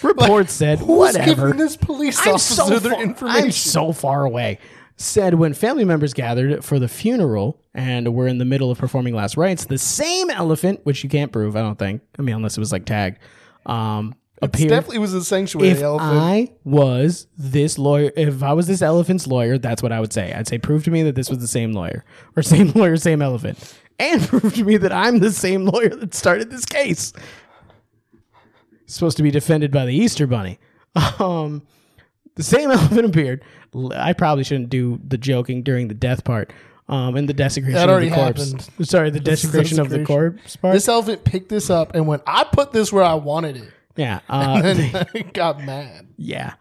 [SPEAKER 3] reports said
[SPEAKER 1] Who's
[SPEAKER 3] whatever.
[SPEAKER 1] giving this police
[SPEAKER 3] I'm
[SPEAKER 1] officer
[SPEAKER 3] so
[SPEAKER 1] their
[SPEAKER 3] far,
[SPEAKER 1] information?
[SPEAKER 3] I'm so far away. Said when family members gathered for the funeral and were in the middle of performing last rites, the same elephant, which you can't prove, I don't think. I mean, unless it was like tagged, um,
[SPEAKER 1] It
[SPEAKER 3] appeared.
[SPEAKER 1] definitely was a sanctuary
[SPEAKER 3] if
[SPEAKER 1] elephant.
[SPEAKER 3] I was this lawyer, if I was this elephant's lawyer, that's what I would say. I'd say, prove to me that this was the same lawyer, or same lawyer, same elephant, and prove to me that I'm the same lawyer that started this case. It's supposed to be defended by the Easter Bunny. Um, the same elephant appeared. L- I probably shouldn't do the joking during the death part. Um, and the desecration
[SPEAKER 1] That already
[SPEAKER 3] of the corpse.
[SPEAKER 1] happened.
[SPEAKER 3] Sorry, the desecration of the
[SPEAKER 1] desecration.
[SPEAKER 3] corpse part.
[SPEAKER 1] this elephant picked this up and went, I put this where I wanted it.
[SPEAKER 3] yeah. Uh,
[SPEAKER 1] And it got mad.
[SPEAKER 3] Yeah.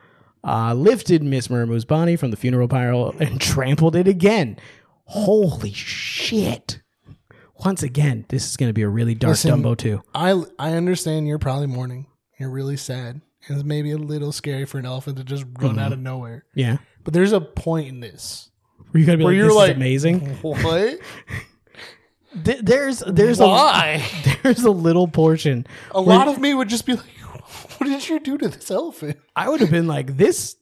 [SPEAKER 3] Uh, lifted Miss Muramu's body from the funeral pyre and trampled it again. Holy shit. Once again, this is going to be a really dark
[SPEAKER 1] Listen.
[SPEAKER 3] Dumbo too.
[SPEAKER 1] I I understand you're probably mourning. You're really sad. And it's maybe a little scary for an elephant to just run out of nowhere.
[SPEAKER 3] Yeah.
[SPEAKER 1] But there's a point in this.
[SPEAKER 3] Where you got to be
[SPEAKER 1] Where
[SPEAKER 3] like,
[SPEAKER 1] you're
[SPEAKER 3] this
[SPEAKER 1] like-
[SPEAKER 3] is amazing.
[SPEAKER 1] What?
[SPEAKER 3] Th- there's there's
[SPEAKER 1] Why?
[SPEAKER 3] a there's a little portion.
[SPEAKER 1] A lot of me would just be like, what did you do to this elephant?
[SPEAKER 3] I would have been like this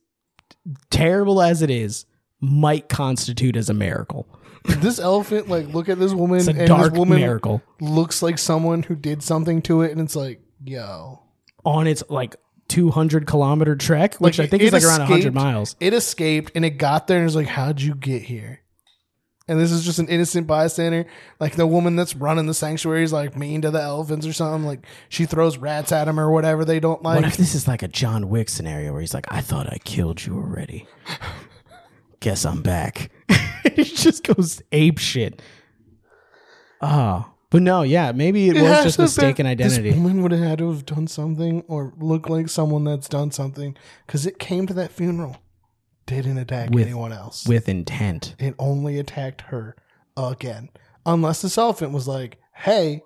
[SPEAKER 3] terrible as it is might constitute as a miracle.
[SPEAKER 1] Did this elephant like look at this woman
[SPEAKER 3] It's a
[SPEAKER 1] and
[SPEAKER 3] dark
[SPEAKER 1] this woman
[SPEAKER 3] miracle
[SPEAKER 1] looks like someone who did something to it and it's like, yo.
[SPEAKER 3] on its like 200 kilometer trek, which I think
[SPEAKER 1] it
[SPEAKER 3] is like around 100
[SPEAKER 1] escaped-
[SPEAKER 3] miles.
[SPEAKER 1] It escaped and it got there and was like, How'd you get here? And this is just an innocent bystander. Like the woman that's running the sanctuary is like mean to the elephants or something. Like she throws rats at them or whatever they don't like.
[SPEAKER 3] What if this is like a John Wick scenario where he's like, I thought I killed you already. Guess I'm back. he just goes ape shit. Oh. But no, yeah, maybe it,
[SPEAKER 1] It
[SPEAKER 3] was
[SPEAKER 1] has
[SPEAKER 3] just
[SPEAKER 1] to have
[SPEAKER 3] mistaken
[SPEAKER 1] been-
[SPEAKER 3] identity.
[SPEAKER 1] This woman would have had to have done something or look like someone that's done something because it came to that funeral, didn't attack
[SPEAKER 3] With-
[SPEAKER 1] anyone else.
[SPEAKER 3] with intent.
[SPEAKER 1] it only attacked her again. Unless this elephant was like, hey,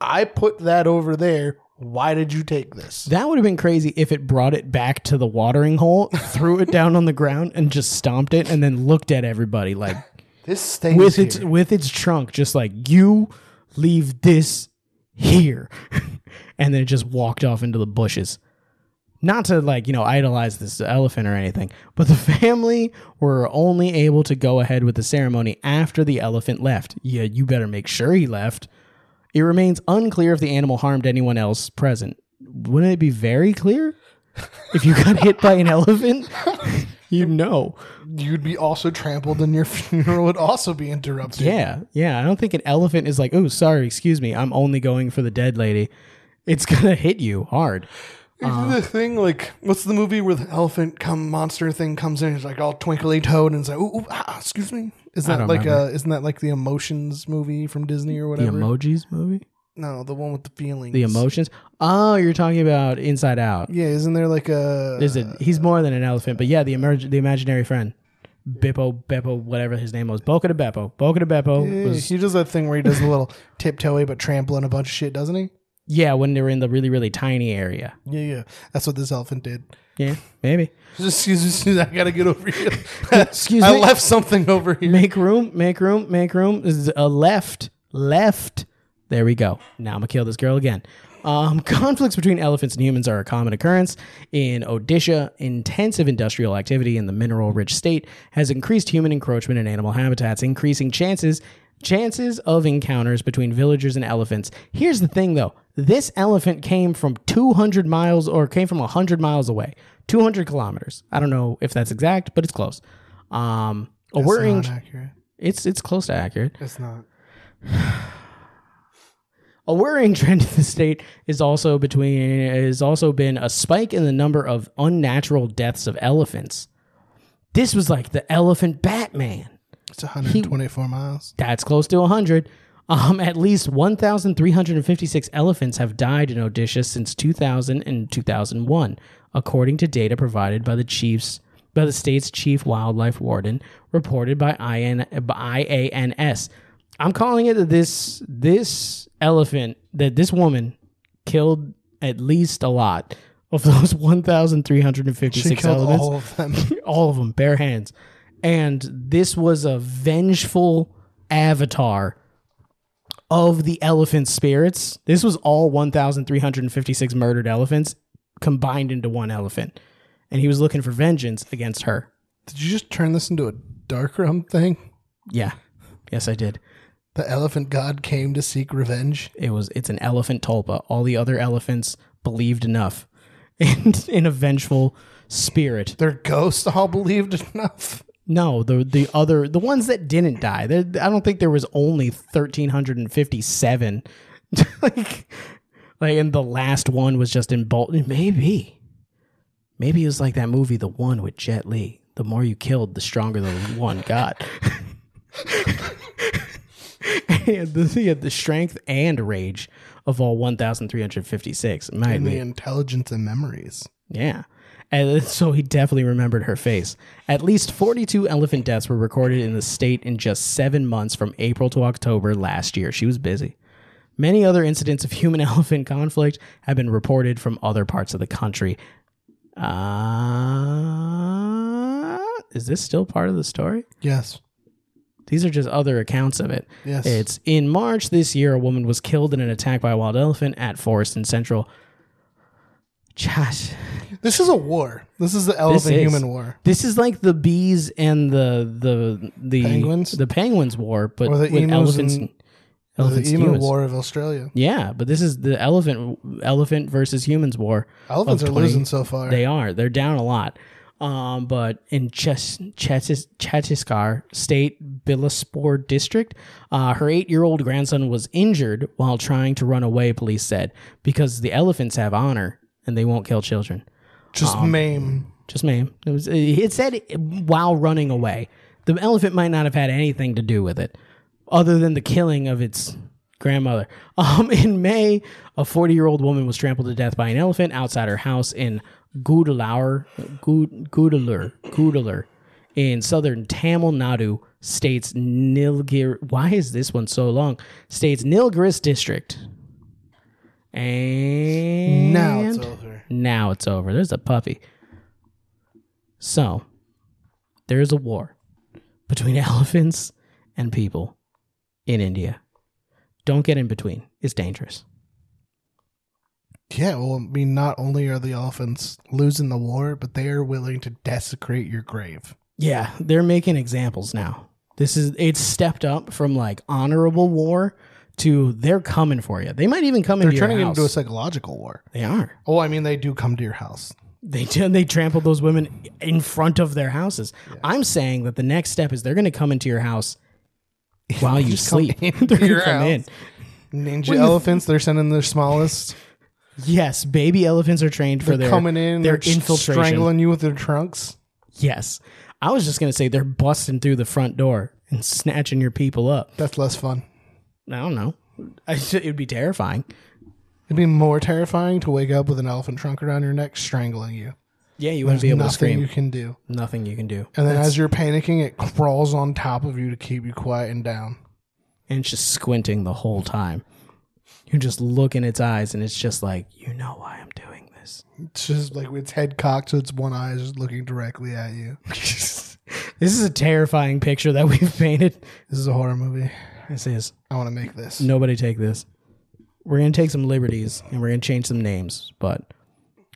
[SPEAKER 1] I put that over there. Why did you take this?
[SPEAKER 3] That would have been crazy if it brought it back to the watering hole, threw it down on the ground, and just stomped it, and then looked at everybody like
[SPEAKER 1] This stays
[SPEAKER 3] with
[SPEAKER 1] here.
[SPEAKER 3] its with its trunk, just like you leave this here, and then it just walked off into the bushes. Not to like you know idolize this elephant or anything, but the family were only able to go ahead with the ceremony after the elephant left. Yeah, you better make sure he left. It remains unclear if the animal harmed anyone else present. Wouldn't it be very clear if you got hit by an elephant? you know.
[SPEAKER 1] You'd be also trampled and your funeral would also be interrupted.
[SPEAKER 3] Yeah, yeah. I don't think an elephant is like, oh, sorry, excuse me, I'm only going for the dead lady. It's gonna hit you hard.
[SPEAKER 1] Isn't the thing like what's the movie where the elephant come monster thing comes in? And it's like all twinkly toed and it's like, ooh, ooh, ah, excuse me. Is
[SPEAKER 3] I
[SPEAKER 1] that
[SPEAKER 3] don't
[SPEAKER 1] like
[SPEAKER 3] remember.
[SPEAKER 1] uh isn't that like the emotions movie from Disney or whatever?
[SPEAKER 3] The emojis movie,
[SPEAKER 1] no, the one with the feelings.
[SPEAKER 3] the emotions. Oh, you're talking about Inside Out.
[SPEAKER 1] Yeah, isn't there like a
[SPEAKER 3] There's a he's more than an elephant, but yeah, the emerg- the imaginary friend, Bippo, Beppo, whatever his name was, Boca de Beppo, Boca de Beppo
[SPEAKER 1] Yeah,
[SPEAKER 3] was
[SPEAKER 1] he does that thing where he does a little tiptoey but trampling a bunch of shit, doesn't he?
[SPEAKER 3] yeah when they were in the really really tiny area.
[SPEAKER 1] Yeah, yeah. That's what this elephant did.
[SPEAKER 3] Yeah, maybe
[SPEAKER 1] Excuse me, excuse me, I gotta get over here.
[SPEAKER 3] Excuse
[SPEAKER 1] I
[SPEAKER 3] me?
[SPEAKER 1] left something over here.
[SPEAKER 3] make room, make room, make room. This is a left, left. There we go. Now I'm gonna kill this girl again. Um, conflicts between elephants and humans are a common occurrence. In Odisha, intensive industrial activity in the mineral-rich state has increased human encroachment in animal habitats, increasing chances chances of encounters between villagers and elephants. Here's the thing, though: this elephant came from 200 miles, or came from 100 miles away, 200 kilometers. I don't know if that's exact, but it's close. Um, a worrying
[SPEAKER 1] Not accurate.
[SPEAKER 3] it's it's close to accurate.
[SPEAKER 1] It's not.
[SPEAKER 3] A worrying trend in the state is also between has also been a spike in the number of unnatural deaths of elephants. This was like the elephant Batman.
[SPEAKER 1] It's 124 miles.
[SPEAKER 3] That's close to 100. Um, at least 1,356 elephants have died in Odisha since 2000 and 2001, according to data provided by the chiefs by the state's chief wildlife warden, reported by IN, by IANS. I'm calling it that this this elephant that this woman killed at least a lot of those 1,356
[SPEAKER 1] She killed
[SPEAKER 3] elephants
[SPEAKER 1] all of them.
[SPEAKER 3] all of them bare hands and this was a vengeful avatar of the elephant spirits this was all 1356 murdered elephants combined into one elephant and he was looking for vengeance against her
[SPEAKER 1] Did you just turn this into a dark realm thing?
[SPEAKER 3] yeah yes i did
[SPEAKER 1] The elephant god came to seek revenge.
[SPEAKER 3] it was it's an elephant tulpa all the other elephants believed enough in, in a vengeful spirit.
[SPEAKER 1] Their ghosts all believed enough.
[SPEAKER 3] No, the the other the ones that didn't die. There, I don't think there was only thirteen hundred and fifty seven. like, like, and the last one was just in Bolton. Maybe, maybe it was like that movie, the one with Jet Li. The more you killed, the stronger the one got. he, had the, he had the strength and rage of all one thousand three hundred fifty six. Might
[SPEAKER 1] And
[SPEAKER 3] be
[SPEAKER 1] the intelligence and memories.
[SPEAKER 3] yeah. And so he definitely remembered her face. At least 42 elephant deaths were recorded in the state in just seven months from April to October last year. She was busy. Many other incidents of human elephant conflict have been reported from other parts of the country. Uh, is this still part of the story?
[SPEAKER 1] Yes.
[SPEAKER 3] These are just other accounts of it.
[SPEAKER 1] Yes.
[SPEAKER 3] It's in March this year, a woman was killed in an attack by a wild elephant at Forest in Central. Josh.
[SPEAKER 1] This is a war. This is the elephant
[SPEAKER 3] is.
[SPEAKER 1] human war.
[SPEAKER 3] This is like the bees and the the the
[SPEAKER 1] Penguins?
[SPEAKER 3] the penguins war, but
[SPEAKER 1] Or the
[SPEAKER 3] with
[SPEAKER 1] emus
[SPEAKER 3] elephants.
[SPEAKER 1] and- The
[SPEAKER 3] elephants and
[SPEAKER 1] emu
[SPEAKER 3] humans.
[SPEAKER 1] war of Australia.
[SPEAKER 3] Yeah, but this is the elephant elephant versus humans war.
[SPEAKER 1] Elephants
[SPEAKER 3] of
[SPEAKER 1] are
[SPEAKER 3] 20
[SPEAKER 1] losing so far.
[SPEAKER 3] They are. They're down a lot. Um, but in Chess, Chattis, Chattisgarh State Bilaspur District, uh, her eight-year-old grandson was injured while trying to run away. Police said because the elephants have honor and they won't kill children.
[SPEAKER 1] Just maim.
[SPEAKER 3] just me. It was. It said while running away. The elephant might not have had anything to do with it, other than the killing of its grandmother. Um, in May, a 40 year old woman was trampled to death by an elephant outside her house in Gudalaur, Gud- Gudalur, Gudalur, in southern Tamil Nadu, states Nilgir. Why is this one so long? States Nilgiris district. And
[SPEAKER 1] Now it's over.
[SPEAKER 3] now it's over. There's a puppy. So, there is a war between elephants and people in India. Don't get in between. It's dangerous.
[SPEAKER 1] Yeah, well, I mean, not only are the elephants losing the war, but they are willing to desecrate your grave.
[SPEAKER 3] Yeah, they're making examples now. This is it's stepped up from like honorable war to they're coming for you. They might even come
[SPEAKER 1] They're
[SPEAKER 3] into
[SPEAKER 1] turning
[SPEAKER 3] your
[SPEAKER 1] it
[SPEAKER 3] house.
[SPEAKER 1] into a psychological war.
[SPEAKER 3] they are.
[SPEAKER 1] Oh, I mean, they do come to your house.
[SPEAKER 3] They do- they trampled those women in front of their houses. I'm saying that the next step is they're going to come into your house while you sleep. They're
[SPEAKER 1] into
[SPEAKER 3] going to
[SPEAKER 1] your
[SPEAKER 3] come in.
[SPEAKER 1] house. Ninja elephants, they're sending their smallest.
[SPEAKER 3] Yes, baby elephants are trained for their
[SPEAKER 1] coming in,
[SPEAKER 3] their
[SPEAKER 1] they're
[SPEAKER 3] infiltration.
[SPEAKER 1] strangling you with their trunks.
[SPEAKER 3] Yes, I was just going to say they're busting through the front door and snatching your people up.
[SPEAKER 1] That's less fun.
[SPEAKER 3] I don't know. I should, it'd be terrifying.
[SPEAKER 1] It'd be more terrifying to wake up with an elephant trunk around your neck, strangling you.
[SPEAKER 3] Yeah, you wouldn't be able to
[SPEAKER 1] Nothing
[SPEAKER 3] scream.
[SPEAKER 1] you can do.
[SPEAKER 3] Nothing you can do.
[SPEAKER 1] And then as you're panicking, it crawls on top of you to keep you quiet and down.
[SPEAKER 3] and it's just squinting the whole time. You just look in its eyes, and it's just like, you know why I'm doing this.
[SPEAKER 1] It's just like its head cocked, so its one eye is just looking directly at you.
[SPEAKER 3] this is a terrifying picture that we've painted.
[SPEAKER 1] This is a horror movie.
[SPEAKER 3] This is
[SPEAKER 1] I want to make this.
[SPEAKER 3] nobody take this. We're gonna take some liberties and we're gonna change some names, but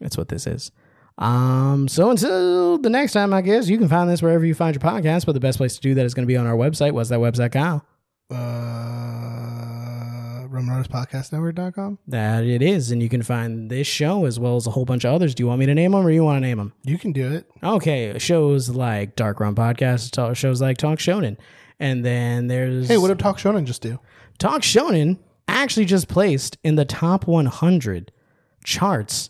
[SPEAKER 3] that's what this is. Um, so until the next time, I guess you can find this wherever you find your podcast, but the best place to do that is gonna be on our website, what's that website, Kyle?
[SPEAKER 1] Uh, RomanRosePodcastNetwork.com.
[SPEAKER 3] That it is, and you can find this show as well as a whole bunch of others. Do you want me to name them or you want to name them?
[SPEAKER 1] You can do it.
[SPEAKER 3] Okay, shows like Dark Run Podcast, talk, shows like Talk Shonen, and then there's
[SPEAKER 1] Hey, what did Talk Shonen just do?
[SPEAKER 3] Talk Shonen actually just placed in the top 100 charts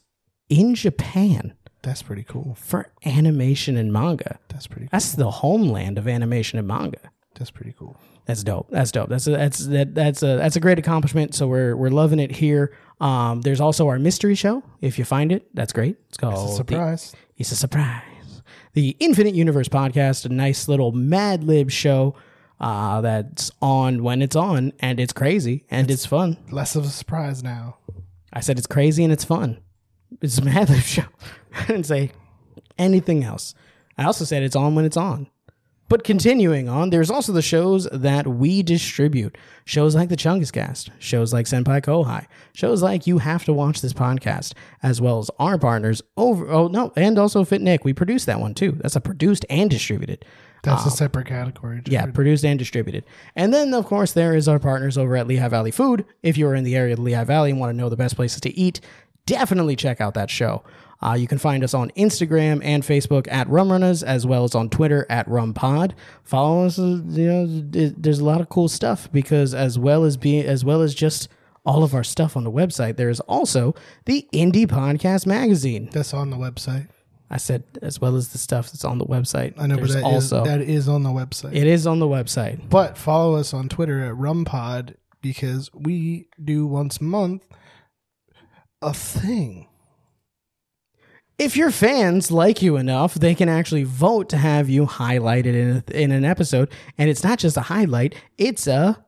[SPEAKER 3] in Japan
[SPEAKER 1] That's pretty cool.
[SPEAKER 3] for animation and manga.
[SPEAKER 1] That's pretty. Cool.
[SPEAKER 3] That's the homeland of animation and manga.
[SPEAKER 1] That's pretty cool.
[SPEAKER 3] That's dope. That's dope. That's a, that's that, that's a that's a great accomplishment. So we're we're loving it here. Um, there's also our mystery show. If you find it, that's great. It's called The-
[SPEAKER 1] Surprise!
[SPEAKER 3] it's a surprise. The Infinite Universe podcast, a nice little Mad Lib show uh, that's on when it's on, and it's crazy and it's, fun.
[SPEAKER 1] Less of a surprise now.
[SPEAKER 3] I said it's crazy and it's fun. It's a Mad Lib show. I didn't say anything else. I also said it's on when it's on. But continuing on, there's also the shows that we distribute. Shows like the Chungus Cast, shows like Senpai Kohai, shows like You Have to Watch This Podcast, as well as our partners over oh no, and also Fit Nick. We produce that one too. That's a produced and distributed.
[SPEAKER 1] That's a separate category.
[SPEAKER 3] Um, Yeah, produced and distributed. And then, of course, there is our partners over at Lehigh Valley Food. If you're in the area of the Lehigh Valley and want to know the best places to eat, definitely check out that show. Uh, you can find us on Instagram and Facebook at Rumrunners, as well as on Twitter at RumPod. Follow us. uh, You know, th- there's a lot of cool stuff because as well as being as well as just all of our stuff on the website, there is also the Indie Podcast Magazine.
[SPEAKER 1] That's on the website.
[SPEAKER 3] I said as well as the stuff that's on the website.
[SPEAKER 1] I know,
[SPEAKER 3] There's
[SPEAKER 1] but that is
[SPEAKER 3] also
[SPEAKER 1] that is on the website.
[SPEAKER 3] it is on the website.
[SPEAKER 1] but follow us on Twitter at RumPod because we do once a month a thing.
[SPEAKER 3] if your fans like you enough, they can actually vote to have you highlighted in a, in an episode. And it's not just a highlight; it's a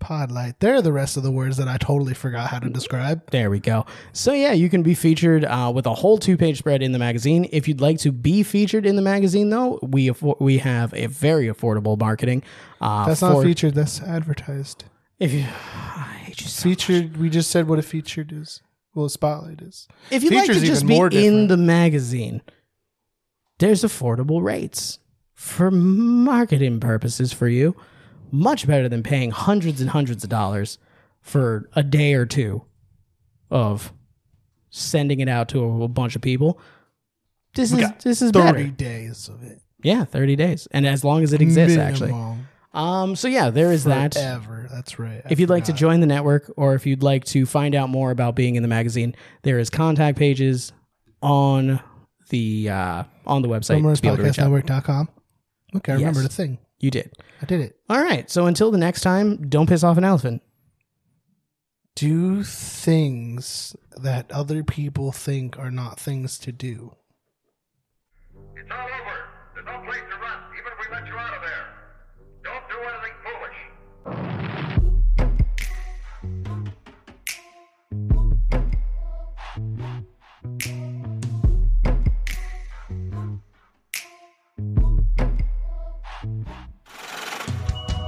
[SPEAKER 1] Podlight. There are the rest of the words that I totally forgot how to describe.
[SPEAKER 3] there we go. So yeah, you can be featured uh, with a whole two page spread in the magazine. If you'd like to be featured in the magazine, though, we affo- we have a very affordable marketing. Uh,
[SPEAKER 1] That's not
[SPEAKER 3] for-
[SPEAKER 1] featured. That's advertised.
[SPEAKER 3] If you, I hate you so
[SPEAKER 1] Featured. We just said what a featured is. Well, a spotlight is.
[SPEAKER 3] If you'd like
[SPEAKER 1] Features
[SPEAKER 3] to just
[SPEAKER 1] even
[SPEAKER 3] be
[SPEAKER 1] more
[SPEAKER 3] in
[SPEAKER 1] different.
[SPEAKER 3] the magazine, there's affordable rates for marketing purposes for you. Much better than paying hundreds and hundreds of dollars for a day or two of sending it out to a, bunch of people. This is this is
[SPEAKER 1] Thirty
[SPEAKER 3] better.
[SPEAKER 1] days of it.
[SPEAKER 3] Yeah, 30 days. And as long as it exists actually.
[SPEAKER 1] Minimum.
[SPEAKER 3] Um so yeah, there is that.
[SPEAKER 1] Forever. That's right. I
[SPEAKER 3] If you'd like to
[SPEAKER 1] forgot.
[SPEAKER 3] join the network or if you'd like to find out more about being in the magazine, there is contact pages on the uh, on the website to be able to reach out.
[SPEAKER 1] summerspodcastnetwork.com. Okay, I remember
[SPEAKER 3] Yes.
[SPEAKER 1] the thing.
[SPEAKER 3] You did.
[SPEAKER 1] I did it.
[SPEAKER 3] All right. So until the next time, don't piss off an elephant.
[SPEAKER 1] Do things that other people think are not things to do.
[SPEAKER 4] It's all over. There's no place to run, even if we let you out of there. Don't do anything